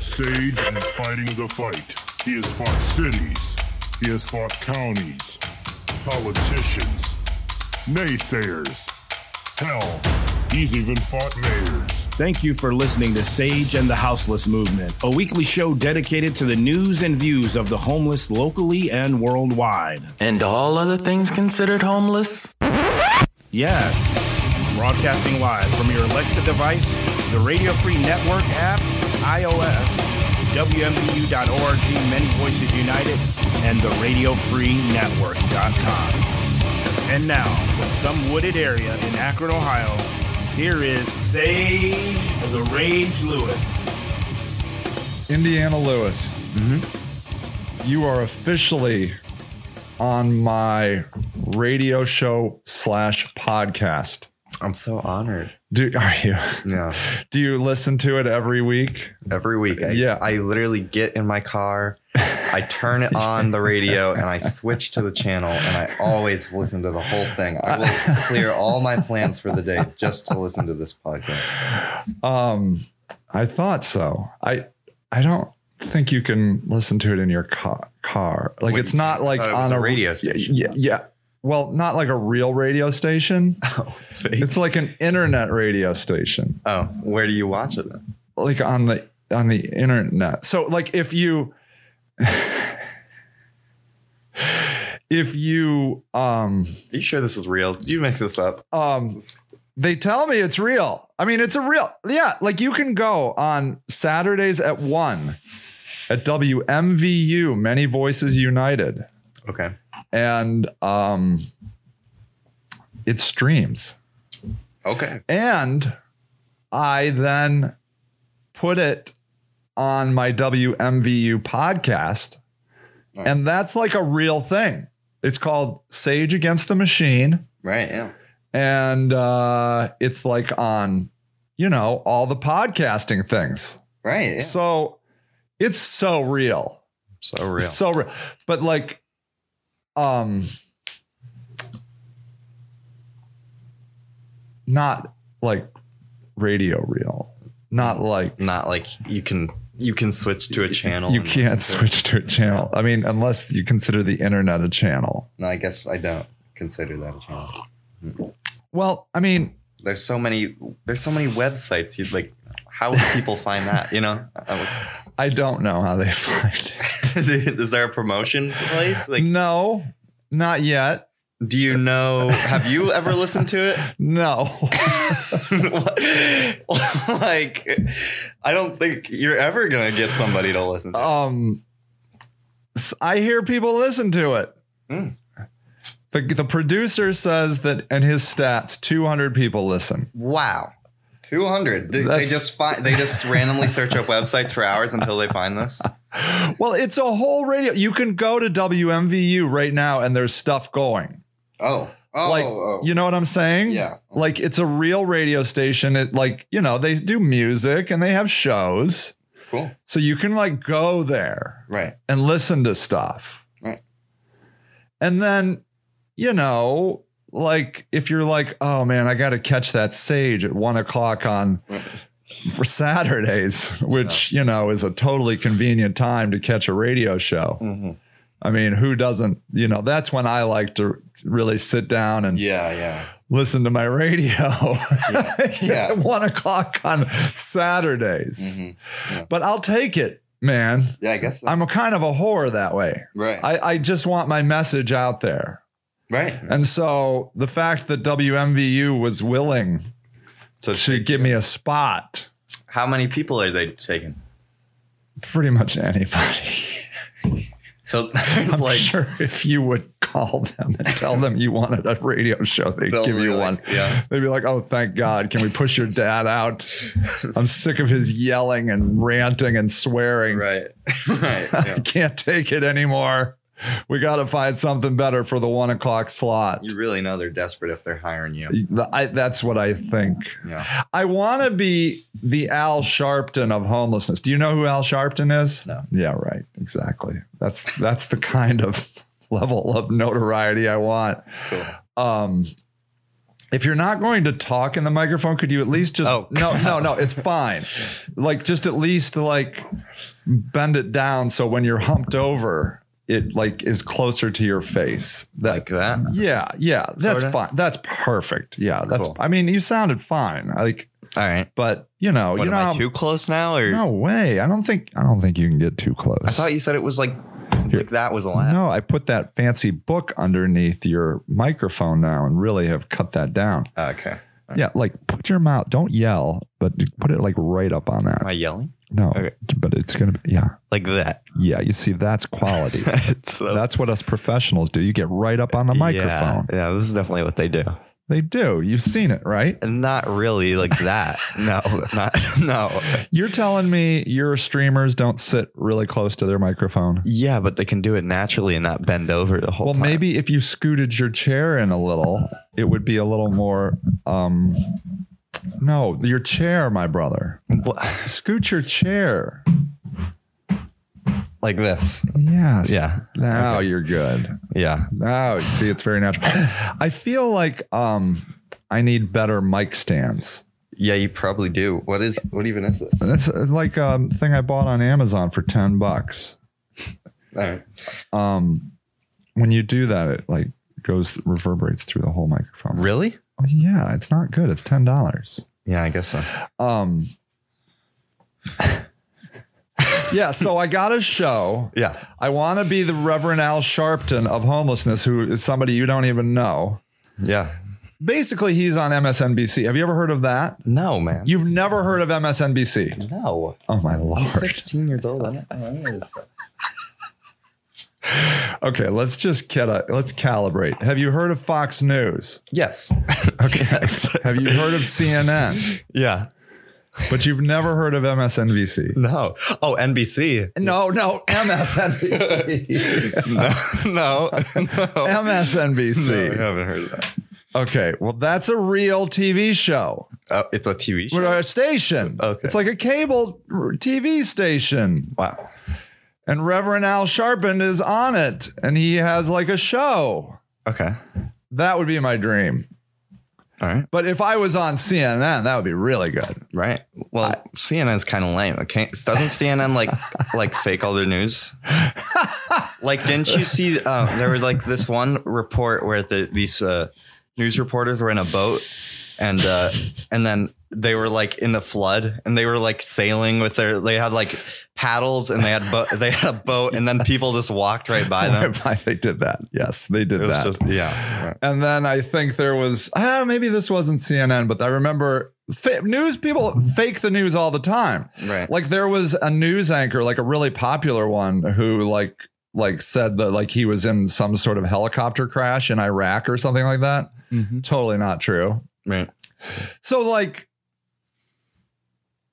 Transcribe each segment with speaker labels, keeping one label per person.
Speaker 1: Sage is fighting the fight. He has fought cities. He has fought counties, politicians, naysayers. Hell, he's even fought mayors.
Speaker 2: Thank you for listening to Sage and the Houseless Movement, a weekly show dedicated to the news and views of the homeless locally and worldwide.
Speaker 3: And all other things considered homeless?
Speaker 2: Yes. Broadcasting live from your Alexa device, the Radio Free Network app, iOS, E WMBU.org, Many Voices United, and the Radio Free Network.com. And now, from some wooded area in Akron, Ohio, here is Sage of the Rage Lewis.
Speaker 4: Indiana Lewis. Mm-hmm. You are officially on my radio show slash podcast.
Speaker 5: I'm so honored.
Speaker 4: Do are you?
Speaker 5: Yeah.
Speaker 4: Do you listen to it every week?
Speaker 5: Every week. I,
Speaker 4: yeah.
Speaker 5: I literally get in my car, I turn it on the radio, and I switch to the channel, and I always listen to the whole thing. I will clear all my plans for the day just to listen to this podcast.
Speaker 4: Um, I thought so. I I don't think you can listen to it in your car. car. Like Wait, it's not like
Speaker 5: it
Speaker 4: on
Speaker 5: a, radio station.
Speaker 4: Yeah, yeah. Well, not like a real radio station.
Speaker 5: Oh, it's fake.
Speaker 4: It's like an internet radio station.
Speaker 5: Oh, where do you watch it? Then?
Speaker 4: Like on the on the internet. So like if you if you um
Speaker 5: Are you sure this is real? Did you make this up?
Speaker 4: Um they tell me it's real. I mean, it's a real, yeah. Like you can go on Saturdays at one at WMVU, Many Voices United.
Speaker 5: Okay.
Speaker 4: And um, it streams.
Speaker 5: Okay.
Speaker 4: And I then put it on my WMVU podcast. Right. And that's like a real thing. It's called Sage Against the Machine.
Speaker 5: Right. Yeah
Speaker 4: and uh, it's like on you know all the podcasting things
Speaker 5: right yeah.
Speaker 4: so it's so real
Speaker 5: so real
Speaker 4: so real but like um not like radio real not like
Speaker 5: not like you can you can switch to a channel.
Speaker 4: You can't switch to a channel. I mean, unless you consider the internet a channel.
Speaker 5: No, I guess I don't consider that a channel.
Speaker 4: Well, I mean,
Speaker 5: there's so many there's so many websites. You like, how would people find that? You know, Uh,
Speaker 4: I don't know how they find it.
Speaker 5: Is there a promotion place?
Speaker 4: Like, no, not yet.
Speaker 5: Do you know? Have you ever listened to it?
Speaker 4: No.
Speaker 5: like, I don't think you're ever gonna get somebody to listen. To
Speaker 4: um, I hear people listen to it.
Speaker 5: Hmm.
Speaker 4: Mm. The, the producer says that and his stats 200 people listen
Speaker 5: wow 200 they, they just find they just randomly search up websites for hours until they find this
Speaker 4: well it's a whole radio you can go to wmvu right now and there's stuff going
Speaker 5: oh Oh,
Speaker 4: like
Speaker 5: oh.
Speaker 4: you know what I'm saying?
Speaker 5: Yeah.
Speaker 4: Like it's a real radio station. It like you know they do music and they have shows.
Speaker 5: Cool.
Speaker 4: So you can like go there,
Speaker 5: right,
Speaker 4: and listen to stuff,
Speaker 5: right.
Speaker 4: And then you know, like if you're like, oh man, I got to catch that sage at one o'clock on for Saturdays, which you know is a totally convenient time to catch a radio show. Mm-hmm. I mean, who doesn't? You know, that's when I like to really sit down and
Speaker 5: yeah, yeah,
Speaker 4: listen to my radio.
Speaker 5: Yeah, yeah.
Speaker 4: one o'clock on Saturdays, mm-hmm. yeah. but I'll take it. Man,
Speaker 5: yeah, I guess so.
Speaker 4: I'm a kind of a whore that way.
Speaker 5: Right.
Speaker 4: I, I just want my message out there.
Speaker 5: Right.
Speaker 4: And so the fact that WMVU was willing so to give me a spot.
Speaker 5: How many people are they taking?
Speaker 4: Pretty much anybody.
Speaker 5: so
Speaker 4: I'm like, sure if you would call them and tell them you wanted a radio show, they'd give you
Speaker 5: like,
Speaker 4: one.
Speaker 5: Yeah.
Speaker 4: They'd be like, oh, thank God. Can we push your dad out? I'm sick of his yelling and ranting and swearing.
Speaker 5: Right. Right.
Speaker 4: Yeah. I can't take it anymore we got to find something better for the one o'clock slot.
Speaker 5: You really know they're desperate if they're hiring you.
Speaker 4: I, that's what I think.
Speaker 5: Yeah.
Speaker 4: I want to be the Al Sharpton of homelessness. Do you know who Al Sharpton is?
Speaker 5: No.
Speaker 4: Yeah, right. Exactly. That's that's the kind of level of notoriety I want.
Speaker 5: Cool.
Speaker 4: Um, if you're not going to talk in the microphone, could you at least just
Speaker 5: Oh,
Speaker 4: no, no, no, it's fine. like just at least like bend it down so when you're humped over, it like is closer to your face. That
Speaker 5: like that.
Speaker 4: yeah, yeah, that's
Speaker 5: Sorta?
Speaker 4: fine. That's perfect. Yeah, that's.
Speaker 5: Cool.
Speaker 4: I mean, you sounded fine. Like,
Speaker 5: All right.
Speaker 4: but you know, you
Speaker 5: What am
Speaker 4: know,
Speaker 5: I
Speaker 4: how-
Speaker 5: too close now? Or
Speaker 4: no way. I don't think. I don't think you can get too close.
Speaker 5: I thought you said it was like,
Speaker 4: Here.
Speaker 5: like that was a laugh.
Speaker 4: No, I put that fancy book underneath your microphone now, and really have cut that down.
Speaker 5: uh, Okay.
Speaker 4: Yeah, like put your mouth. Don't yell, but put it like right up on
Speaker 5: Am I
Speaker 4: that.
Speaker 5: yelling
Speaker 4: No,
Speaker 5: okay.
Speaker 4: but it's gonna be yeah,
Speaker 5: like that?
Speaker 4: yeah. You see, that's quality.
Speaker 5: so,
Speaker 4: that's what us professionals do. You get right up on the
Speaker 5: Yeah.
Speaker 4: microphone.
Speaker 5: Yeah, this is definitely what they do.
Speaker 4: They do. You've seen it, right?
Speaker 5: And not really like that. no, not no.
Speaker 4: You're telling me your streamers don't sit really close to their microphone.
Speaker 5: Yeah, but they can do it naturally and not bend over the whole
Speaker 4: Well,
Speaker 5: time.
Speaker 4: maybe if you scooted your chair in a little, it would be a little more. um No, your chair, my brother.
Speaker 5: Wha-
Speaker 4: Scoot your chair.
Speaker 5: like this.
Speaker 4: Yes.
Speaker 5: Yeah.
Speaker 4: Now you're good.
Speaker 5: Yeah.
Speaker 4: Now you see, it's very natural. I feel like um I need better mic stands.
Speaker 5: Yeah, you probably do. What is what even is this? All
Speaker 4: This is like a thing I bought on Amazon for ten bucks.
Speaker 5: right.
Speaker 4: Um, when you do that, it like goes reverberates through the whole microphone.
Speaker 5: Really?
Speaker 4: Oh, Yeah, it's not good. It's ten dollars.
Speaker 5: Yeah, I guess so.
Speaker 4: Um. yeah, so I got a show.
Speaker 5: Yeah.
Speaker 4: I want to be the Reverend Al Sharpton of homelessness, who is somebody you don't even know.
Speaker 5: Yeah.
Speaker 4: Basically, he's on MSNBC. Have you ever heard of that?
Speaker 5: No, man.
Speaker 4: You've never heard of MSNBC?
Speaker 5: no.
Speaker 4: Oh my
Speaker 5: I'm
Speaker 4: lord.
Speaker 5: 16 years old. I don't- I don't know this stuff.
Speaker 4: Okay, let's just get a, let's calibrate. Have you heard of Fox News?
Speaker 5: Yes. Okay. Yes.
Speaker 4: Have you heard of CNN?
Speaker 5: Yeah.
Speaker 4: But you've never heard of MSNBC.
Speaker 5: No. Oh, NBC.
Speaker 4: No, no, MSNBC.
Speaker 5: No. No. no. No, I
Speaker 4: MSNBC.
Speaker 5: haven't heard of that.
Speaker 4: Okay, well that's a real TV show.
Speaker 5: Oh, it's a TV show.
Speaker 4: Or a station.
Speaker 5: Okay.
Speaker 4: It's like a cable TV station.
Speaker 5: Wow.
Speaker 4: And Reverend Al Sharpton is on it and he has like a show.
Speaker 5: Okay.
Speaker 4: That would be my dream.
Speaker 5: All right.
Speaker 4: But if I was on CNN, that would be really good.
Speaker 5: Right. Well, CNN's kind of lame. Okay. Doesn't CNN like like fake all their news? like, didn't you see? Um, there was like this one report where the these uh, news reporters were in a boat, and uh, and then they were like in the flood, and they were like sailing with their. They had like paddles, and they had bo- they had a boat, and then people just walked right by them.
Speaker 4: they did that. Yes, they did
Speaker 5: It was
Speaker 4: that.
Speaker 5: just uh, yeah. Right.
Speaker 4: and then I think there was ah, maybe this wasn't CNN, but I remember fa- news people fake the news all the time.
Speaker 5: Right.
Speaker 4: Like there was a news anchor, like a really popular one, who like like said that like he was in some sort of helicopter crash in Iraq or something like that.
Speaker 5: Mhm.
Speaker 4: Totally not true.
Speaker 5: Right.
Speaker 4: So like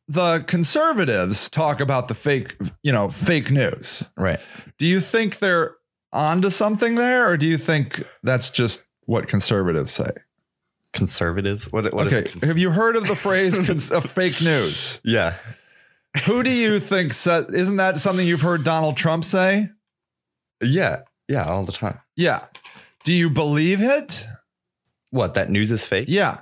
Speaker 4: the conservatives talk about the fake, you know, fake news.
Speaker 5: Right.
Speaker 4: Do you think they're onto something there, or do you think that's just what conservatives say?
Speaker 5: Conservatives. What? What is
Speaker 4: okay,
Speaker 5: it?
Speaker 4: have you heard of the phrase cons- uh, "fake news"?
Speaker 5: Yeah.
Speaker 4: Who do you think said? Isn't that something you've heard Donald Trump say?
Speaker 5: Yeah. Yeah. All the time.
Speaker 4: Yeah. Do you believe it?
Speaker 5: What? That news is fake.
Speaker 4: Yeah,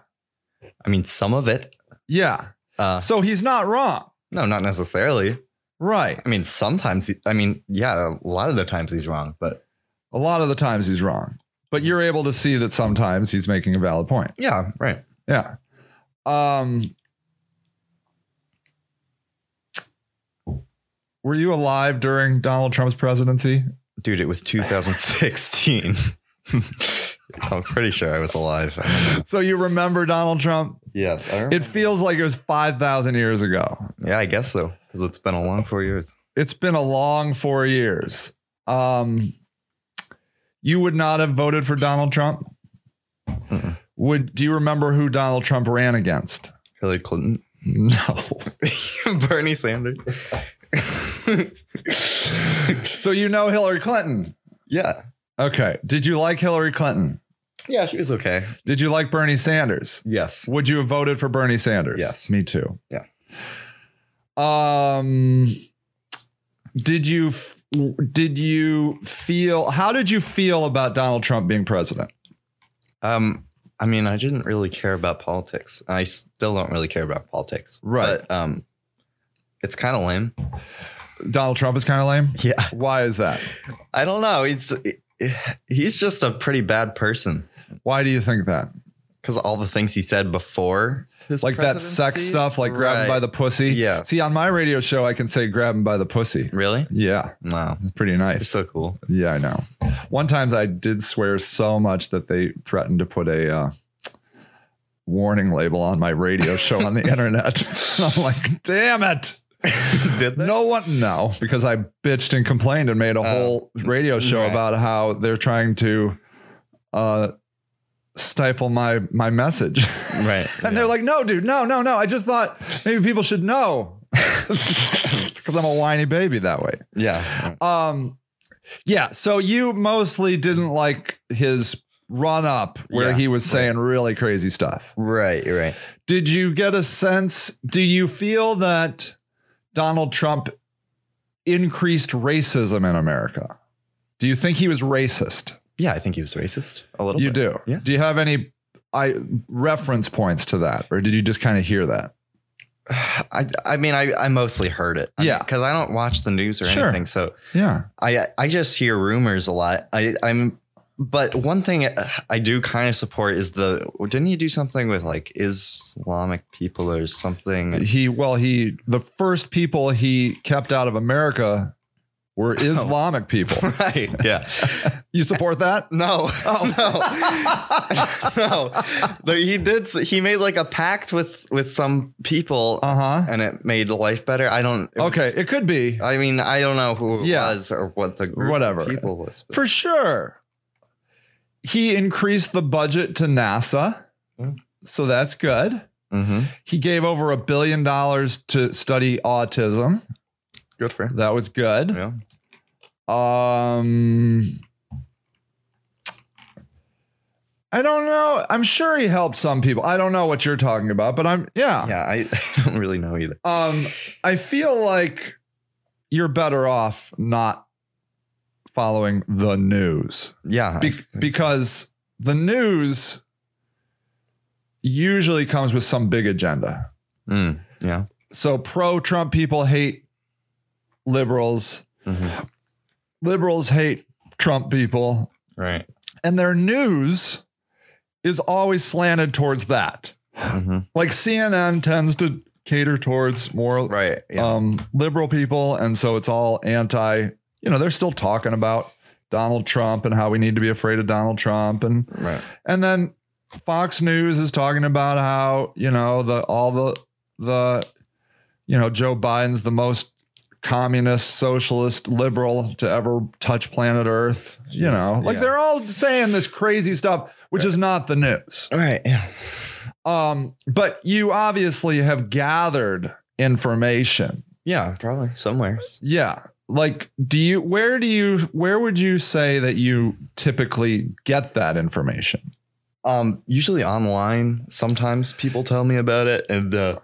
Speaker 5: I mean, some of it.
Speaker 4: yeah.
Speaker 5: Uh,
Speaker 4: So he's not wrong,
Speaker 5: no, not necessarily.
Speaker 4: right?
Speaker 5: I mean, sometimes. he- I mean, yeah, a lot of the times he's wrong, but
Speaker 4: A lot of the times he's wrong, but you're able to see that sometimes he's making a valid point.
Speaker 5: yeah, right.
Speaker 4: Yeah. Um Were you alive during Donald Trump's presidency?
Speaker 5: Dude, it was 2016. I'm pretty sure I was alive.
Speaker 4: So you remember Donald Trump?
Speaker 5: yes, I remember.
Speaker 4: It feels like it was 5,000 years ago.
Speaker 5: yeah, I guess so, because it's been a long four years.
Speaker 4: It's been a long 4 years. Um you would not have voted for Donald Trump?
Speaker 5: Mm-mm.
Speaker 4: Would do you remember who Donald Trump ran against?
Speaker 5: Hillary Clinton,
Speaker 4: No.
Speaker 5: Bernie Sanders.
Speaker 4: So you know Hillary Clinton.
Speaker 5: yeah,
Speaker 4: Okay. Did you like Hillary Clinton?
Speaker 5: yeah, she was okay.
Speaker 4: Did you like Bernie Sanders?
Speaker 5: Yes,
Speaker 4: Would you have voted for Bernie Sanders?
Speaker 5: Yes.
Speaker 4: Me too.
Speaker 5: Yeah.
Speaker 4: Um did you f- did you feel how did you feel about Donald Trump being president?
Speaker 5: um, I mean, I didn't really care about politics. I still don't really care about politics.
Speaker 4: Right.
Speaker 5: But um, it's kind of lame.
Speaker 4: Donald Trump is kind of lame.
Speaker 5: Yeah.
Speaker 4: Why is that?
Speaker 5: I don't know. He's he's just a pretty bad person
Speaker 4: Why do you think that?
Speaker 5: because all the things he said before, his
Speaker 4: Like that sex
Speaker 5: presidency?
Speaker 4: stuff, like grab him
Speaker 5: Right.
Speaker 4: by the pussy.
Speaker 5: Yeah.
Speaker 4: See, on my radio show, I can say grab him by the pussy.
Speaker 5: Really?
Speaker 4: Yeah,
Speaker 5: Wow,
Speaker 4: it's pretty
Speaker 5: it's
Speaker 4: nice.
Speaker 5: so cool.
Speaker 4: yeah, I know. One times I did swear so much that they threatened to put a uh, warning label on my radio show on the internet. I'm like, damn it.
Speaker 5: Did
Speaker 4: No one, no, because I bitched and complained and made a
Speaker 5: Oh,
Speaker 4: whole radio show
Speaker 5: right.
Speaker 4: about how they're trying to uh, stifle my my message.
Speaker 5: Right.
Speaker 4: And they're like, no, dude, no, no, no. I just thought maybe people should know because I'm a whiny baby that way.
Speaker 5: yeah.
Speaker 4: Um, yeah. So you mostly didn't like his run up where
Speaker 5: Yeah,
Speaker 4: he was saying really crazy stuff.
Speaker 5: Right. You're right.
Speaker 4: Did you get a sense? Do you feel that Donald Trump increased racism in America? Do you think he was racist?
Speaker 5: Yeah, I think he was racist a little.
Speaker 4: You
Speaker 5: bit.
Speaker 4: do.
Speaker 5: Yeah.
Speaker 4: Do you have any I reference points to that, or did you just kind of hear that?
Speaker 5: I, I mean, I, I mostly heard it.
Speaker 4: Yeah.
Speaker 5: Because I don't watch the news or
Speaker 4: Sure.
Speaker 5: anything, so
Speaker 4: Yeah.
Speaker 5: I I just hear rumors a lot. I I'm but one thing I do kind of support is the didn't he do something with like Islamic people or something?
Speaker 4: he well he the first people he kept out of america were
Speaker 5: Oh.
Speaker 4: islamic people
Speaker 5: Right. Yeah.
Speaker 4: you support that
Speaker 5: No. Oh no. no. But he did s- he made like a pact with with some people uh,
Speaker 4: uh-huh
Speaker 5: and it made life better. I don't it was-
Speaker 4: okay it could be
Speaker 5: I mean, I don't know who it
Speaker 4: Yeah.
Speaker 5: was or what the group of
Speaker 4: Whatever.
Speaker 5: people was. but-
Speaker 4: for sure he increased the budget to nasa
Speaker 5: Yeah.
Speaker 4: so that's good
Speaker 5: Mhm.
Speaker 4: he gave over a billion dollars to study autism
Speaker 5: Good for him.
Speaker 4: that was good
Speaker 5: Yeah.
Speaker 4: Um, I don't know. I'm sure he helped some people. I don't know what you're talking about, but I'm yeah.
Speaker 5: Yeah, I don't really know either.
Speaker 4: Um, I feel like you're better off not following the news
Speaker 5: Yeah. I
Speaker 4: Be-
Speaker 5: think so.
Speaker 4: because the news usually comes with some big agenda.
Speaker 5: Mm, yeah.
Speaker 4: So pro-Trump people hate liberals.
Speaker 5: Mhm.
Speaker 4: Liberals hate Trump people.
Speaker 5: Right.
Speaker 4: and their news is always slanted towards that.
Speaker 5: hmm
Speaker 4: Like CNN tends to cater towards more
Speaker 5: Right. Yeah.
Speaker 4: um, liberal people, and so it's all anti. You know, they're still talking about Donald Trump and how we need to be afraid of Donald Trump, and
Speaker 5: right.
Speaker 4: and then Fox News is talking about how you know the all the the you know Joe Biden's the most communist socialist liberal to ever touch planet Earth. You know, like
Speaker 5: Yeah.
Speaker 4: they're all saying this crazy stuff, which is not the news.
Speaker 5: Right. Yeah.
Speaker 4: Um, but you obviously have gathered information.
Speaker 5: Yeah. Probably somewhere.
Speaker 4: Yeah. Like, do you where do you where would you say that you typically get that information?
Speaker 5: Um. Usually online. Sometimes people tell me about it, and uh,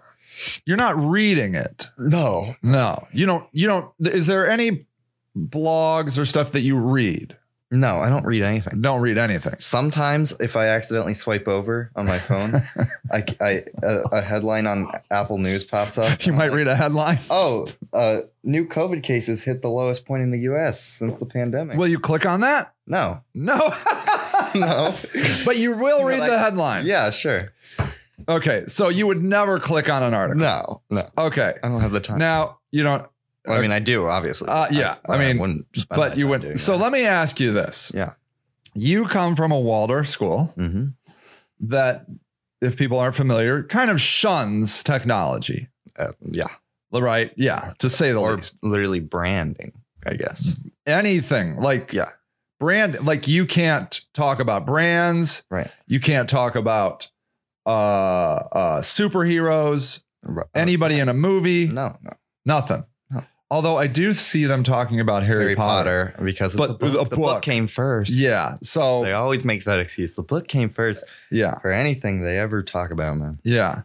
Speaker 4: You're not reading it.
Speaker 5: no,
Speaker 4: No, you don't. You don't. Is there any blogs or stuff that you read?
Speaker 5: no, I don't read anything.
Speaker 4: Don't read anything.
Speaker 5: Sometimes, if I accidentally swipe over on my phone, I, I a, a headline on Apple News pops up.
Speaker 4: You might read a headline.
Speaker 5: Oh, uh, new COVID cases hit the lowest point in the U.S. since the pandemic.
Speaker 4: Will you click on that?
Speaker 5: no,
Speaker 4: No,
Speaker 5: no.
Speaker 4: but you will
Speaker 5: You're
Speaker 4: read
Speaker 5: like-
Speaker 4: the headline.
Speaker 5: yeah, sure.
Speaker 4: Okay, so you would never click on an article.
Speaker 5: No, Uh-huh. no.
Speaker 4: Okay.
Speaker 5: I don't have the time.
Speaker 4: Now you don't,
Speaker 5: Well, I mean, I do obviously.
Speaker 4: Uh, yeah, I mean,
Speaker 5: wouldn't spend my
Speaker 4: but you
Speaker 5: time doing
Speaker 4: would. So
Speaker 5: that.
Speaker 4: let me ask you this.
Speaker 5: Yeah.
Speaker 4: You come from a Waldorf school
Speaker 5: Mm-hmm.
Speaker 4: that, if people aren't familiar, kind of shuns technology.
Speaker 5: Uh, yeah,
Speaker 4: Right? Yeah. To say the
Speaker 5: or
Speaker 4: least.
Speaker 5: literally branding, I guess.
Speaker 4: anything like
Speaker 5: Yeah.
Speaker 4: brand like you can't talk about brands
Speaker 5: Right.
Speaker 4: you can't talk about uh uh superheroes
Speaker 5: Ru-
Speaker 4: anybody in a movie
Speaker 5: Uh, No, no.
Speaker 4: nothing
Speaker 5: No.
Speaker 4: although i do see them talking about harry,
Speaker 5: Harry,
Speaker 4: potter.
Speaker 5: Potter, because it's
Speaker 4: But
Speaker 5: a book.
Speaker 4: a
Speaker 5: the
Speaker 4: book.
Speaker 5: book came first.
Speaker 4: yeah so
Speaker 5: they always make that excuse. The book came first
Speaker 4: yeah
Speaker 5: for anything they ever talk about, man. Mm-hmm.
Speaker 4: yeah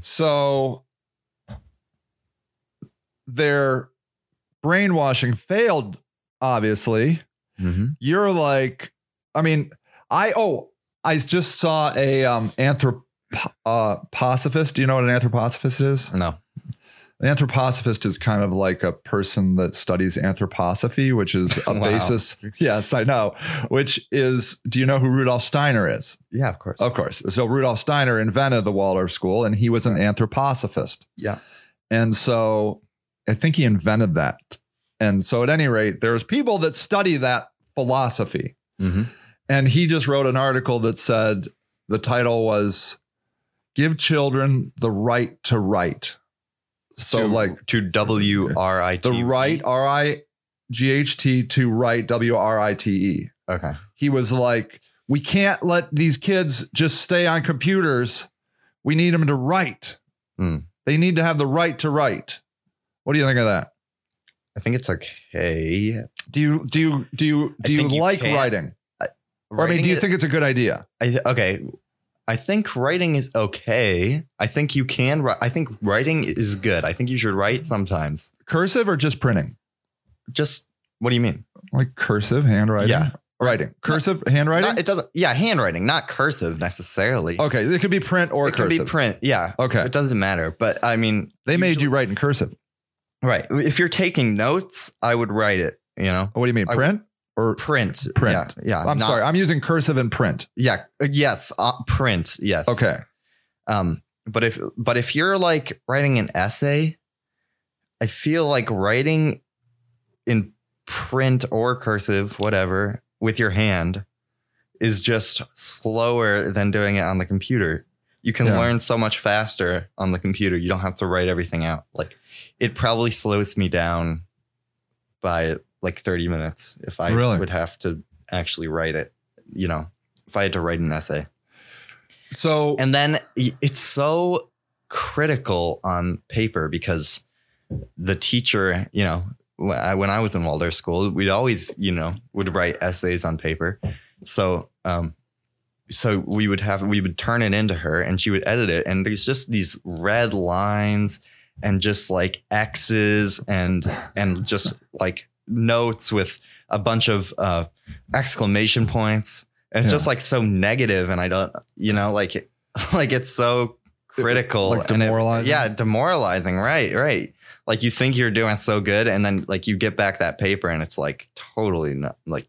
Speaker 4: so their brainwashing failed obviously
Speaker 5: Mm-hmm.
Speaker 4: you're like i mean i oh I just saw a um, anthroposophist. Uh, posophist. Do you know what an anthroposophist is?
Speaker 5: No.
Speaker 4: An anthroposophist is kind of like a person that studies anthroposophy, which is a
Speaker 5: Wow.
Speaker 4: basis. Yes, I know. Which is, do you know who Rudolf Steiner is?
Speaker 5: Yeah, of course.
Speaker 4: Of course. So Rudolf Steiner invented the Waldorf school and he was an anthroposophist.
Speaker 5: Yeah.
Speaker 4: And so I think he invented that. And so at any rate, there's people that study that philosophy.
Speaker 5: Mhm.
Speaker 4: And he just wrote an article that said the title was Give Children the Right to Write. So
Speaker 5: To-
Speaker 4: like
Speaker 5: to W R I T E.
Speaker 4: the right R I G H T to write W R I T E
Speaker 5: Okay.
Speaker 4: he was like, we can't let these kids just stay on computers. We need them to write.
Speaker 5: Hmm.
Speaker 4: They need to have the right to write. What do you think of that?
Speaker 5: I think it's okay.
Speaker 4: Do you do you do you
Speaker 5: I
Speaker 4: do you
Speaker 5: think you
Speaker 4: like
Speaker 5: can.
Speaker 4: writing? Or I mean,
Speaker 5: Writing
Speaker 4: do you
Speaker 5: it-
Speaker 4: think it's a good idea?
Speaker 5: I th- okay. I think writing is okay. I think you can write. I think writing is good. I think you should
Speaker 4: Mm-hmm.
Speaker 5: write sometimes.
Speaker 4: Cursive or just printing?
Speaker 5: Just what do you mean?
Speaker 4: Like cursive handwriting?
Speaker 5: Yeah.
Speaker 4: writing. Cursive handwriting.
Speaker 5: Not- it doesn't. Yeah, handwriting, not cursive necessarily.
Speaker 4: okay, it could be print or
Speaker 5: it could
Speaker 4: Oh, cursive.
Speaker 5: be print. Yeah,
Speaker 4: okay,
Speaker 5: it doesn't matter. But I mean,
Speaker 4: they made you
Speaker 5: usually-
Speaker 4: write in cursive.
Speaker 5: right. If you're taking notes, I would write it. You know,
Speaker 4: What do you mean,
Speaker 5: I-
Speaker 4: print or?
Speaker 5: print.
Speaker 4: Print.
Speaker 5: Yeah. yeah
Speaker 4: I'm
Speaker 5: not-
Speaker 4: sorry, I'm using cursive and print.
Speaker 5: Yeah. uh, Yes. Uh, print. Yes.
Speaker 4: Okay,
Speaker 5: Um, but if but if you're like writing an essay, I feel like writing in print or cursive, whatever, with your hand is just slower than doing it on the computer. You can
Speaker 4: Yeah.
Speaker 5: learn so much faster on the computer. You don't have to write everything out. Like it probably slows me down by like 30 minutes if I
Speaker 4: Really?
Speaker 5: would have to actually write it, you know, if I had to write an essay.
Speaker 4: so
Speaker 5: And then y- it's so critical on paper because the teacher, you know, when I, when I was in Waldorf school, we'd always, you know, would write essays on paper. So, um, so we would have we would turn it into her and she would edit it and there's just these red lines and just like x's and and just like notes with a bunch of uh exclamation points and it's
Speaker 4: Yeah.
Speaker 5: just like so negative and i don't you know like like it's so critical
Speaker 4: Like
Speaker 5: and it-
Speaker 4: demoralizing?
Speaker 5: yeah demoralizing right right like you think you're doing so good and then like you get back that paper and it's like totally not like